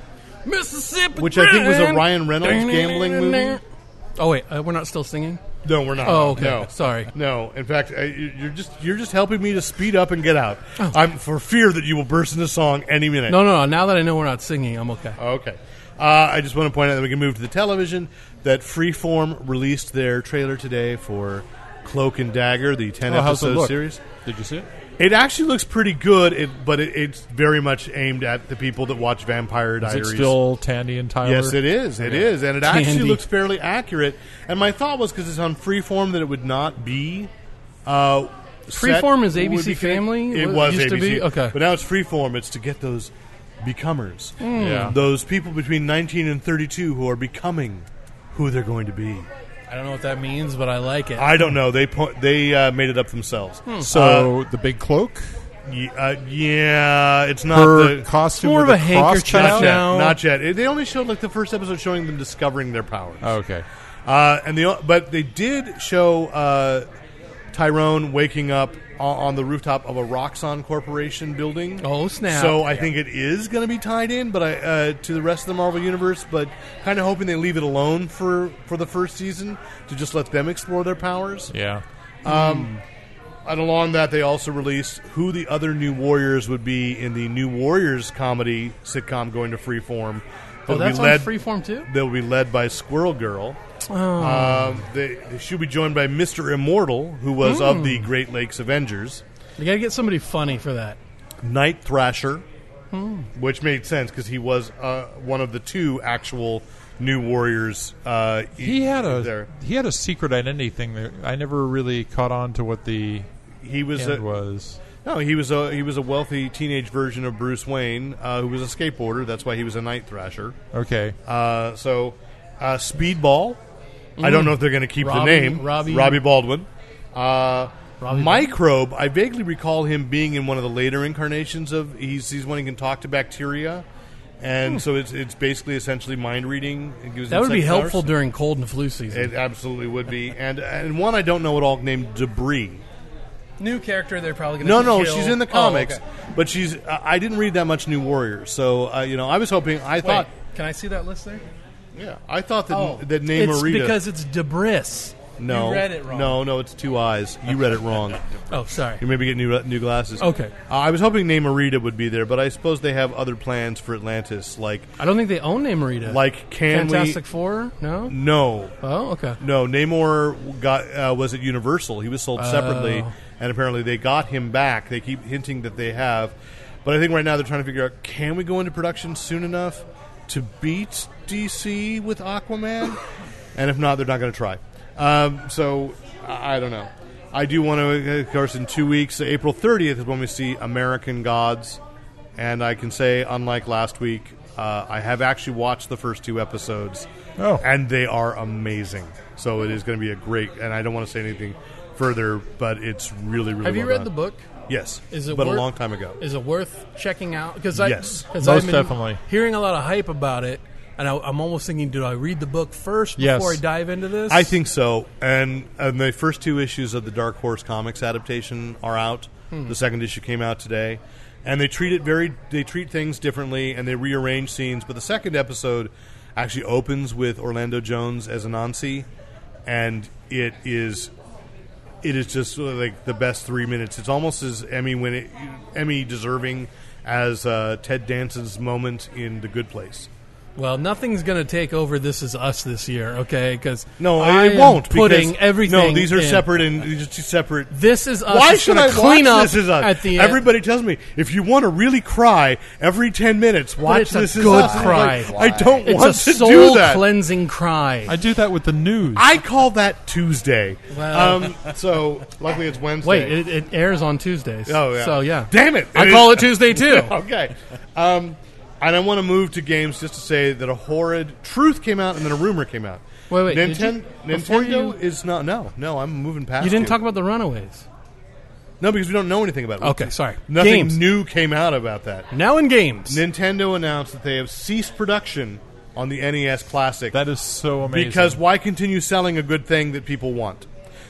Mississippi.
which I think was a
Grind.
Ryan Reynolds gambling movie.
Oh wait, uh, we're not still singing.
No, we're not.
Oh, okay.
No.
Sorry.
No, in fact, I, you- you're just you're just helping me to speed up and get out.
Oh.
I'm for fear that you will burst into song any minute.
No, no, no. Now that I know we're not singing, I'm okay.
Okay. Uh, I just want to point out that we can move to the television. That Freeform released their trailer today for Cloak and Dagger, the ten
Oh, how's it
episode
look?
series.
Did you see it?
It actually looks pretty good, it, but it, it's very much aimed at the people that watch Vampire
Is
Diaries.
it still Tandy and Tyler?
Yes, it is. It is, and it actually
Candy.
looks fairly accurate. And my thought was because it's on Freeform that it would not be. Uh, set-
Freeform is
would
ABC
be connect-
Family?
It
What
was
it used to
ABC,
be? Okay.
but now it's Freeform. It's to get those becomers,
Hmm.
Yeah.
those people between 19 and 32 who are becoming who they're going to be.
I don't know what that means, but I like it.
I don't know. They point, they uh, made it up themselves.
Hmm.
So
Uh,
the big cloak,
Y- uh, yeah, it's not
her
the,
costume,
uh, more
with
of a
the cross
handkerchief
child?
Not yet.
now.
Not yet. It- They only showed like the first episode showing them discovering their powers.
Oh, okay.
Uh, and the but they did show uh, Tyrone waking up o- on the rooftop of a Roxxon Corporation building.
Oh, snap.
So I think it is going to be tied in, but I, uh, to the rest of the Marvel universe. But kind of hoping they leave it alone for for the first season to just let them explore their powers.
Yeah.
And along that, they also released who the other New Warriors would be in the New Warriors comedy sitcom going to Freeform.
oh,
That'll be
that's
led-
on Freeform too.
They'll be led by Squirrel Girl. Um, they, they should be joined by Mr. Immortal, who was of the Great Lakes Avengers.
You got to get somebody funny for that.
Night Thrasher, which made sense because he was uh, one of the two actual New Warriors. Uh,
He had a
there.
he had a secret identity thing that I never really caught on to what the
He was
end
a,
was.
no, he was a he was a wealthy teenage version of Bruce Wayne, uh, who was a skateboarder. That's why he was a Night Thrasher.
Okay.
Uh, so, uh, Speedball. I don't know if they're going to keep the
Mm. Robbie-
name.
Robbie-
Baldwin. Uh,
Robbie
Microbe. I vaguely recall him being in one of the later incarnations of. He's he's one who can talk to bacteria, and so it's it's basically essentially mind reading. It gives
Hmm. That would be
insect powers.
helpful during cold and flu season.
It absolutely would be, and and one I don't know at all named Debris.
New character, they're probably Oh, going
No, no, she's in the comics, but she's. Uh, I didn't read that much New Warriors, so uh, you know, I was hoping. I thought,
can I see that list there?
yeah, I thought that that name
Oh. it's
Marita-
because it's Debris.
No,
You read it wrong.
No, no, it's two eyes. You read it
*laughs*
wrong.
Oh, sorry.
You maybe get new new glasses.
Okay.
Uh, I was hoping Namorita would be there, but I suppose they have other plans for Atlantis, like
I don't think they own Namorita.
like can
Fantastic Four? No.
we? No,
Oh, okay.
no. Namor got uh, was at Universal. He was sold separately,
Oh.
and apparently they got him back. They keep hinting that they have, but I think right now they're trying to figure out can we go into production soon enough to beat DC with
*laughs*
Aquaman, and if not, they're not going to try. Um, so I I don't know. I do want to, of course, in two weeks, April 30th is when we see American Gods and I can say, unlike last week, uh, I have actually watched the first two episodes,
Oh.
and they are amazing. So it is going to be a great. And I don't want to say anything further, but it's really, really.
Have you
well
read
done.
the book?
Yes,
Is it
but
worth-
a long time ago.
Is it worth checking out? Because I
Yes.
'cause
Most
I've been
definitely.
hearing a lot of hype about it, and I, I'm almost thinking, do I read the book first
Yes.
before I dive into this?
I think so. And and the first two issues of the Dark Horse Comics adaptation are out.
Hmm.
The second issue came out today. And they treat it very they treat things differently and they rearrange scenes, but the second episode actually opens with Orlando Jones as Anansi and it is it is just uh, like the best 3 minutes. It's almost as Emmy when it, Emmy deserving as uh, Ted Danson's moment in The Good Place.
Well, nothing's going to take over. This is us this year, okay? Because
No,
I
it
am
won't.
Putting
because,
everything.
No, these are
in.
separate and these are two separate.
This is us.
Why
It's
should
Uh, gonna
I
clean
watch
up
This Is Us?
at the end.
Everybody tells me if you want to really cry every ten minutes, watch
it's a
This Is
good
Us. I'm
cry.
like, I don't
It's
want
a
to do
soul
that.
cleansing cry.
I do that with the news.
I call that Tuesday.
Well-
Um, so luckily it's Wednesday.
Wait, it, it airs on Tuesdays.
Oh yeah.
So yeah,
Damn it!
I
is-
call it Tuesday too.
*laughs* okay. Um, and I want to move to games just to say that a horrid truth came out and then a rumor came out.
Wait, wait, did
Ninten-
you- before
Nintendo
you-
is not. No, no. I'm moving past.
You didn't
you.
talk about the Runaways.
No, because we don't know anything about it.
Okay, sorry.
Nothing
Games.
new came out about that.
Now in games.
Nintendo announced that they have ceased production on the NES Classic
that is so amazing.
because why continue selling a good thing that people want?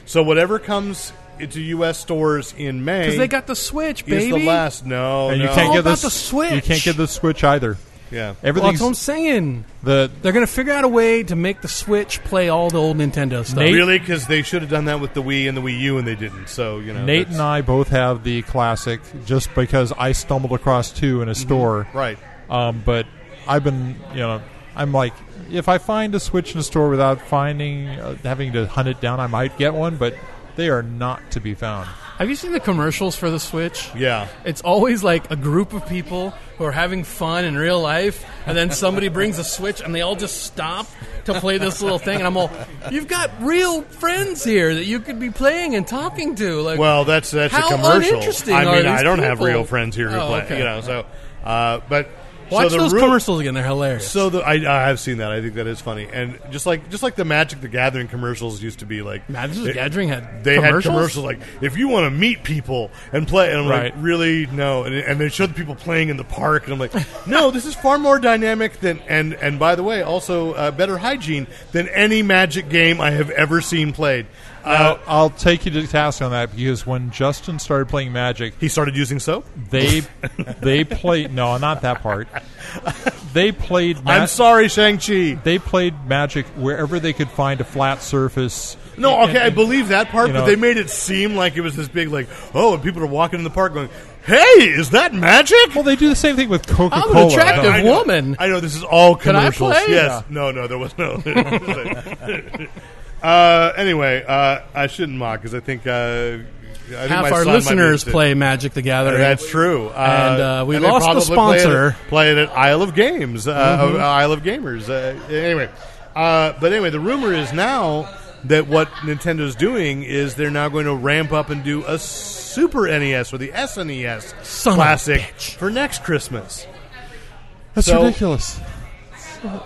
So whatever comes into U.S. stores in May
Because they got the Switch,
is
baby.
the last. No,
and you
no.
can't
All
get
about
this.
the Switch.
You can't get the Switch either.
Yeah,
Well, that's
Everything's
what I'm saying.
the
They're going to figure out a way to make the Switch play all the old Nintendo stuff.
Nate-
really because they should have done that with the Wii and the Wii U, and they didn't. So you know,
Nate
that's-
and I both have the classic just because I stumbled across two in a store.
Mm-hmm. right.
Um, but I've been, you know, I'm like, if I find a Switch in a store without finding, uh, having to hunt it down, I might get one, but they are not to be found.
Have you seen the commercials for the Switch?
Yeah,
It's always like a group of people who are having fun in real life, and then somebody brings a Switch, and they all just stop to play this little thing. And I'm all, you've got real friends here that you could be playing and talking to. Like,
Well, that's that's
How
a commercial.
uninteresting
I
are
mean,
these
I don't have
people?
real friends here who
Oh,
play.
okay.
You know, so uh, but
watch
so the
those
ru-
commercials again; they're hilarious.
So the, I, I have seen that. I think that is funny, and just like just like the Magic the Gathering commercials used to be like
Magic the
it-
Gathering had
They
commercials?
had commercials like if you want to meet people and play, and I'm
Right.
like, really no, and, and they showed the people playing in the park, and I'm like, *laughs* no, this is far more dynamic than and and by the way, also uh, better hygiene than any Magic game I have ever seen played. Uh,
Now, I'll take you to task on that because when Justin started playing Magic,
he started using soap.
they *laughs* they played no, not that part. They played. Ma-
I'm sorry, Shang Chi.
They played Magic wherever they could find a flat surface.
No, okay, I believe that part,
you
but
know-
they made it seem like it was this big, like, oh, and people are walking in the park going, hey, is that magic?
Well, they do the same thing with Coca Cola.
attractive.
I know-
woman.
I know this is all
I
commercials.
play?
Yes. No, no, there was no. *laughs* uh, anyway, uh, I shouldn't mock because I think. Uh, I think my
half our
son might be
listeners
interested.
play Magic the Gathering.
That's true. Uh,
And, uh, we
they
lost the
probably play it-
sponsor. Mm-hmm.
Play it at Isle of Games, uh, uh, Isle of Gamers. Uh, anyway, uh, but anyway, the rumor is now that what Nintendo's doing is they're now going to ramp up and do a Super NES or the SNES
Son of a
classic
bitch.
for next Christmas.
That's
So-
ridiculous.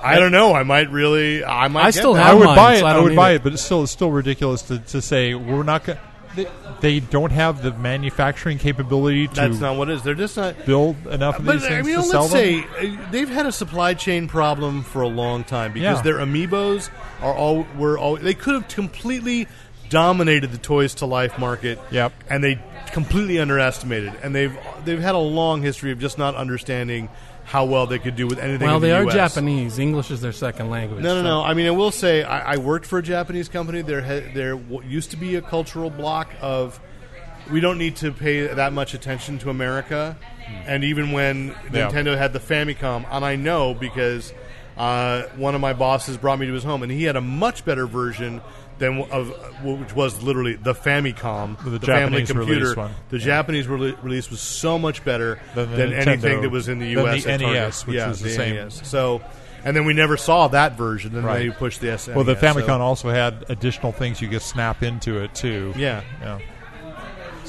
I don't know. I might really. I might.
I
get
still
that.
have
I would
mine,
buy
so
it.
I
I,
don't
would
need
buy
it.
it. but it's still it's still ridiculous to, to say we're not going. They, they don't have the manufacturing capability to
That's not what it is. They're just not.
build enough of
But
these
I
things
mean,
to
let's
sell them.
say uh, they've had a supply chain problem for a long time because
Yeah.
their amiibos are all were all they could have completely dominated the toys to life market.
Yep.
and they completely underestimated, and they've they've had a long history of just not understanding how well they could do with anything.
well,
in the
they are
US.
Japanese. English is their second language.
No, no,
so-
no. I mean, I will say I, I worked for a Japanese company. There, ha- there w- used to be a cultural block of we don't need to pay that much attention to America. And even when
Hmm. Yeah.
Nintendo had the Famicom, and I know because uh, one of my bosses brought me to his home, and he had a much better version than w- of which was literally the Famicom, family
The Japanese
computer.
release one.
The Japanese rele- release was so much better
Than the
than anything
Nintendo-
that was in the
than the
U.S. at Target.
NES, which
yeah, E
was the same.
NES. So, and then we never saw that version. Then they
Right.
pushed the SNES.
Well, the Famicom
so-
also had additional things you could snap into it too.
Yeah.
yeah.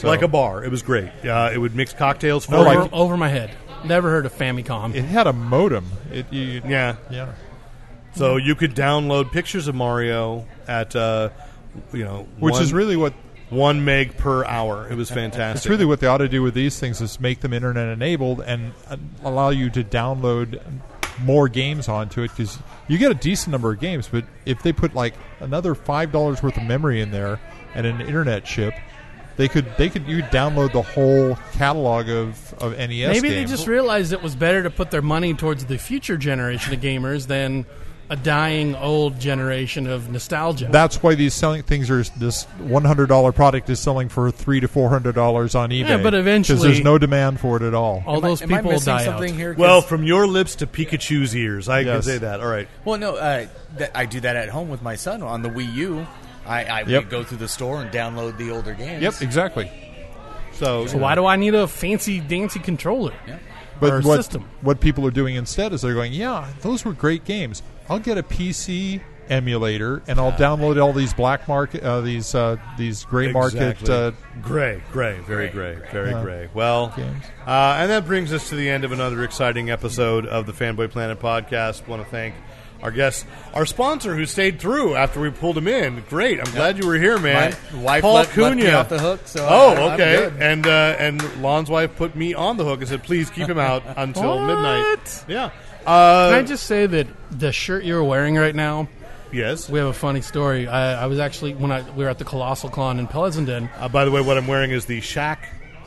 like a bar. It was great. Uh, it would mix cocktails for
Over,
you.
over my head. Never heard of Famicom.
It had a modem. It you,
Yeah.
yeah.
So you could download pictures of Mario at, uh, you know,
Which
one,
is really what
one meg per hour. It was fantastic.
it's really what they ought to do with these things is make them internet enabled and uh, allow you to download more games onto it because you get a decent number of games. But if they put like another five dollars worth of memory in there and an internet chip, they could they could you download the whole catalog of of NES.
Maybe they
games.
just realized it was better to put their money towards the future generation of gamers than a dying old generation of nostalgia.
That's why these selling things are this one hundred dollar product is selling for three to four hundred dollars on eBay.
Yeah, but eventually-
because there's no demand for it at all.
All those
Am I
people
missing
die
something
out.
here? 'Cause-
well, from your lips to Pikachu's ears. I can
Yes.
say that. All right.
Well, no, uh, th- I do that at home with my son on the Wii U. I, I would
Yep.
go through the store and download the older games.
Yep, exactly.
So,
So why do I need a fancy dancy controller?
But
Or a
what
system.
what people are doing instead is they're going, yeah, those were great games. I'll get a PC emulator and I'll download all these black market, uh, these uh, these gray market.
Exactly.
Uh,
gray, gray, very gray,
Gray,
very
Yeah.
gray. Well,
Games.
uh, and that brings us to the end of another exciting episode of the Fanboy Planet podcast. Want to thank our guest, our sponsor, who stayed through after we pulled him in. Great, I'm glad you were here, man.
My wife
Paul
left- left me
Cunha.
off the hook, so
oh,
I- I'm
okay.
good.
And uh, and Lon's wife put me on the hook and said, please keep him
*laughs*
out until
What?
midnight. Yeah. Uh,
Can I just say that the shirt you're wearing right now,
yes.
we have a funny story. I, I was actually when I we were at the Colossal Con in Pleasanton.
Uh, by the way, what I'm wearing is the Shaq,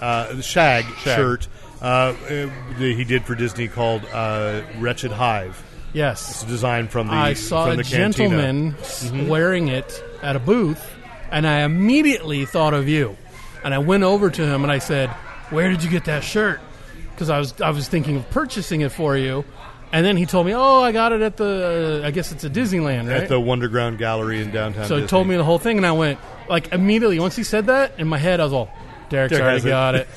uh, the Shag, shirt uh, uh, that he did for Disney called uh, Wretched Hive.
Yes,
It's designed from the
I saw
from
a
the cantina. Mm-hmm.
gentleman s- wearing it at a booth, and I immediately thought of you. And I went over to him and I said, "Where did you get that shirt?" Because I was I was thinking of purchasing it for you. And then he told me, "Oh, I got it at the uh, I guess it's a Disneyland, right?"
at the Wonderground Gallery in downtown.
so he
Disney.
told me the whole thing, and I went like immediately once he said that in my head, I was all, "Derek's
Derek
already
has it." *laughs*
got it."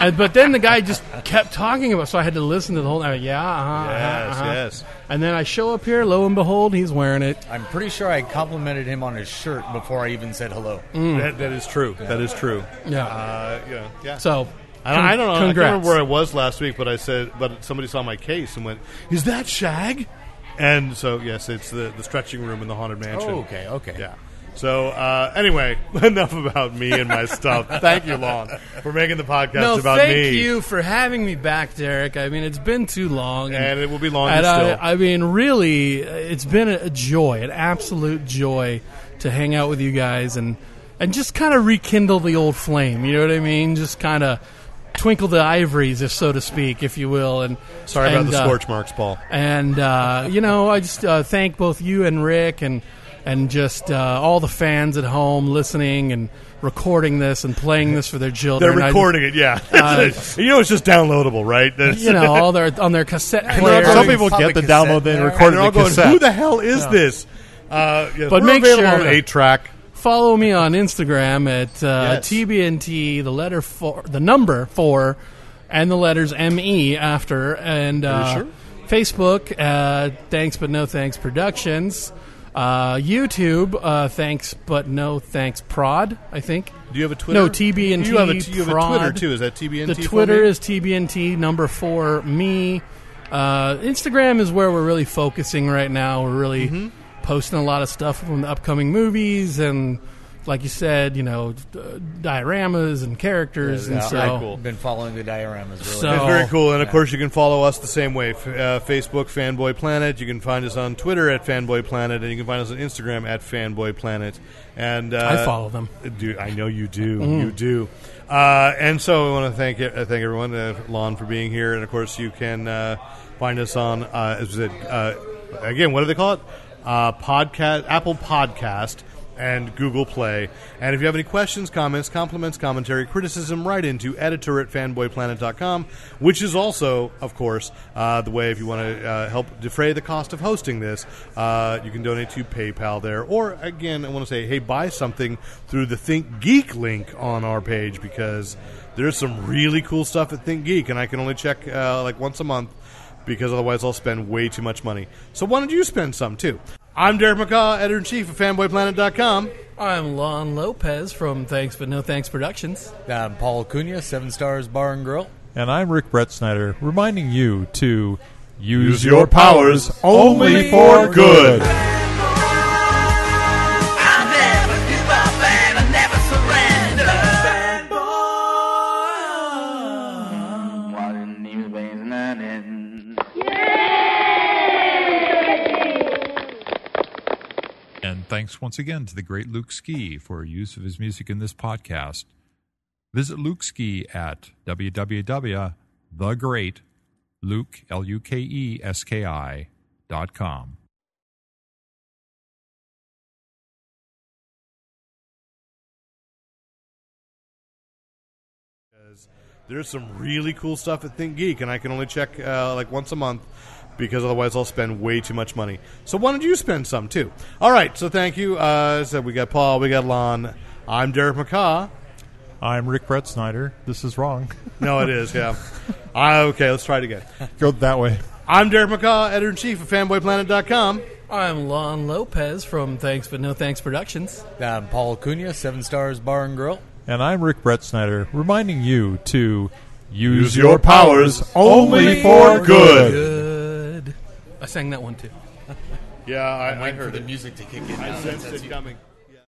and, but then the guy just kept talking about, it, so I had to listen to the whole. I went, yeah, uh-huh,
Yes,
uh-huh, uh-huh."
yes.
And then I show up here, lo and behold, he's wearing it.
I'm pretty sure I complimented him on his shirt before I even said hello.
Mm,
that, that is true. That is true.
Yeah.
Uh, you know, yeah.
So
I don't, I don't know. I can't
Congrats.
remember where I was last week, but I said, but somebody saw my case and went, "Is that Shag?" And so yes, it's the the stretching room in the haunted mansion.
Oh, okay, okay.
Yeah. So uh, anyway, *laughs* enough about me and my
*laughs*
stuff. Thank you, Lon, for making the podcast
no,
about
thank
me.
you for having me back, Derek. I mean, it's been too long,
And it will be longer
And
still.
I, I mean, really, it's been a joy, an absolute joy, to hang out with you guys and and just kind of rekindle the old flame. You know what I mean? Just kind of twinkle the ivories, if so to speak, if you will. And
Sorry about
and,
the
uh,
scorch marks, Paul.
and uh, you know, I just uh, thank both you and Rick, and and just uh, all the fans at home listening and recording this and playing this for their children.
They're
I just- Uh,
recording it.
*laughs*
Yeah. *laughs* you know, it's just downloadable, right? That's-
you
*laughs*
know, all their on their cassette
they're
player.
all
some
going
people
public
get the
cassette
download then
there.
and
record it
they're all
the
going,
cassette.
"Who the hell is this?" Uh, yes,
But
we're
make
available
sure-
on eight track.
Follow me on Instagram at uh,
Yes.
tbnt, the letter four, the number four, and the letters me after, and uh,
sure?
Facebook. Uh, thanks but no thanks productions. Uh, YouTube. Uh, thanks but no thanks prod. I think.
Do you have a Twitter?
No, TBNT
You have a, you have a Twitter
prod.
too. Is that TBNT?
The
for
Twitter
me?
is TBNT number four me. Uh, Instagram is where we're really focusing right now. We're really
Mm-hmm.
posting a lot of stuff from the upcoming movies and, like you said, you know, d- uh, dioramas and characters and
Yeah,
so.
Uh, I've been following the dioramas. Really.
So-
That's
Oh.
very cool. And of course, you can follow us the same way. F- uh, Facebook, Fanboy Planet. You can find us on Twitter at Fanboy Planet, and you can find us on Instagram at Fanboy Planet. And uh,
I follow them. Mm.
Do, I know you do. You do. Uh, and so I want to thank uh, thank everyone, uh, Lon, for being here. And of course, you can uh, find us on uh, as I said, uh, again. What do they call it? Uh, podcast, Apple Podcast, and Google Play. And if you have any questions, comments, compliments, commentary, criticism, write into editor at fanboyplanet.com, which is also, of course, uh, the way if you want to uh, help defray the cost of hosting this, uh, you can donate to PayPal there. Or, again, I want to say, hey, buy something through the Think Geek link on our page because there's some really cool stuff at Think Geek, and I can only check uh, like once a month because otherwise I'll spend way too much money. So why don't you spend some too? I'm Derek McCaw, editor in chief of fanboyplanet.com.
I'm Lon Lopez from Thanks But No Thanks Productions.
Um, Paul Cunha, Seven Stars Bar and Grill.
and I'm Rick Brett Snyder, reminding you to use,
Use your powers only for good.
I never give up and I never surrender. What in the basement in?
And thanks once again to the great Luke Ski for use of his music in this podcast. Visit Luke Ski at E www.thegreatluke.com.
There's some really cool stuff at Think Geek, and I can only check uh, like once a month because otherwise I'll spend way too much money. So why don't you spend some too? All right. So thank you. Uh, so we got Paul, we got Lon. I'm Derek McCaw.
I'm Rick Brett Snyder. This is wrong. *laughs*
No, it is. *laughs* Yeah. uh, okay. Let's try it again.
Go that way.
I'm Derek McCaw, editor in chief of FanboyPlanet.com.
I'm Lon Lopez from Thanks But No Thanks Productions.
Um, Paul Acuna, Seven Stars Bar and Grill.
And I'm Rick Brett Snyder, reminding you to use,
Use your powers only for good.
Good. I sang that one too.
Yeah, I, I
music to kick in.
sensed it coming.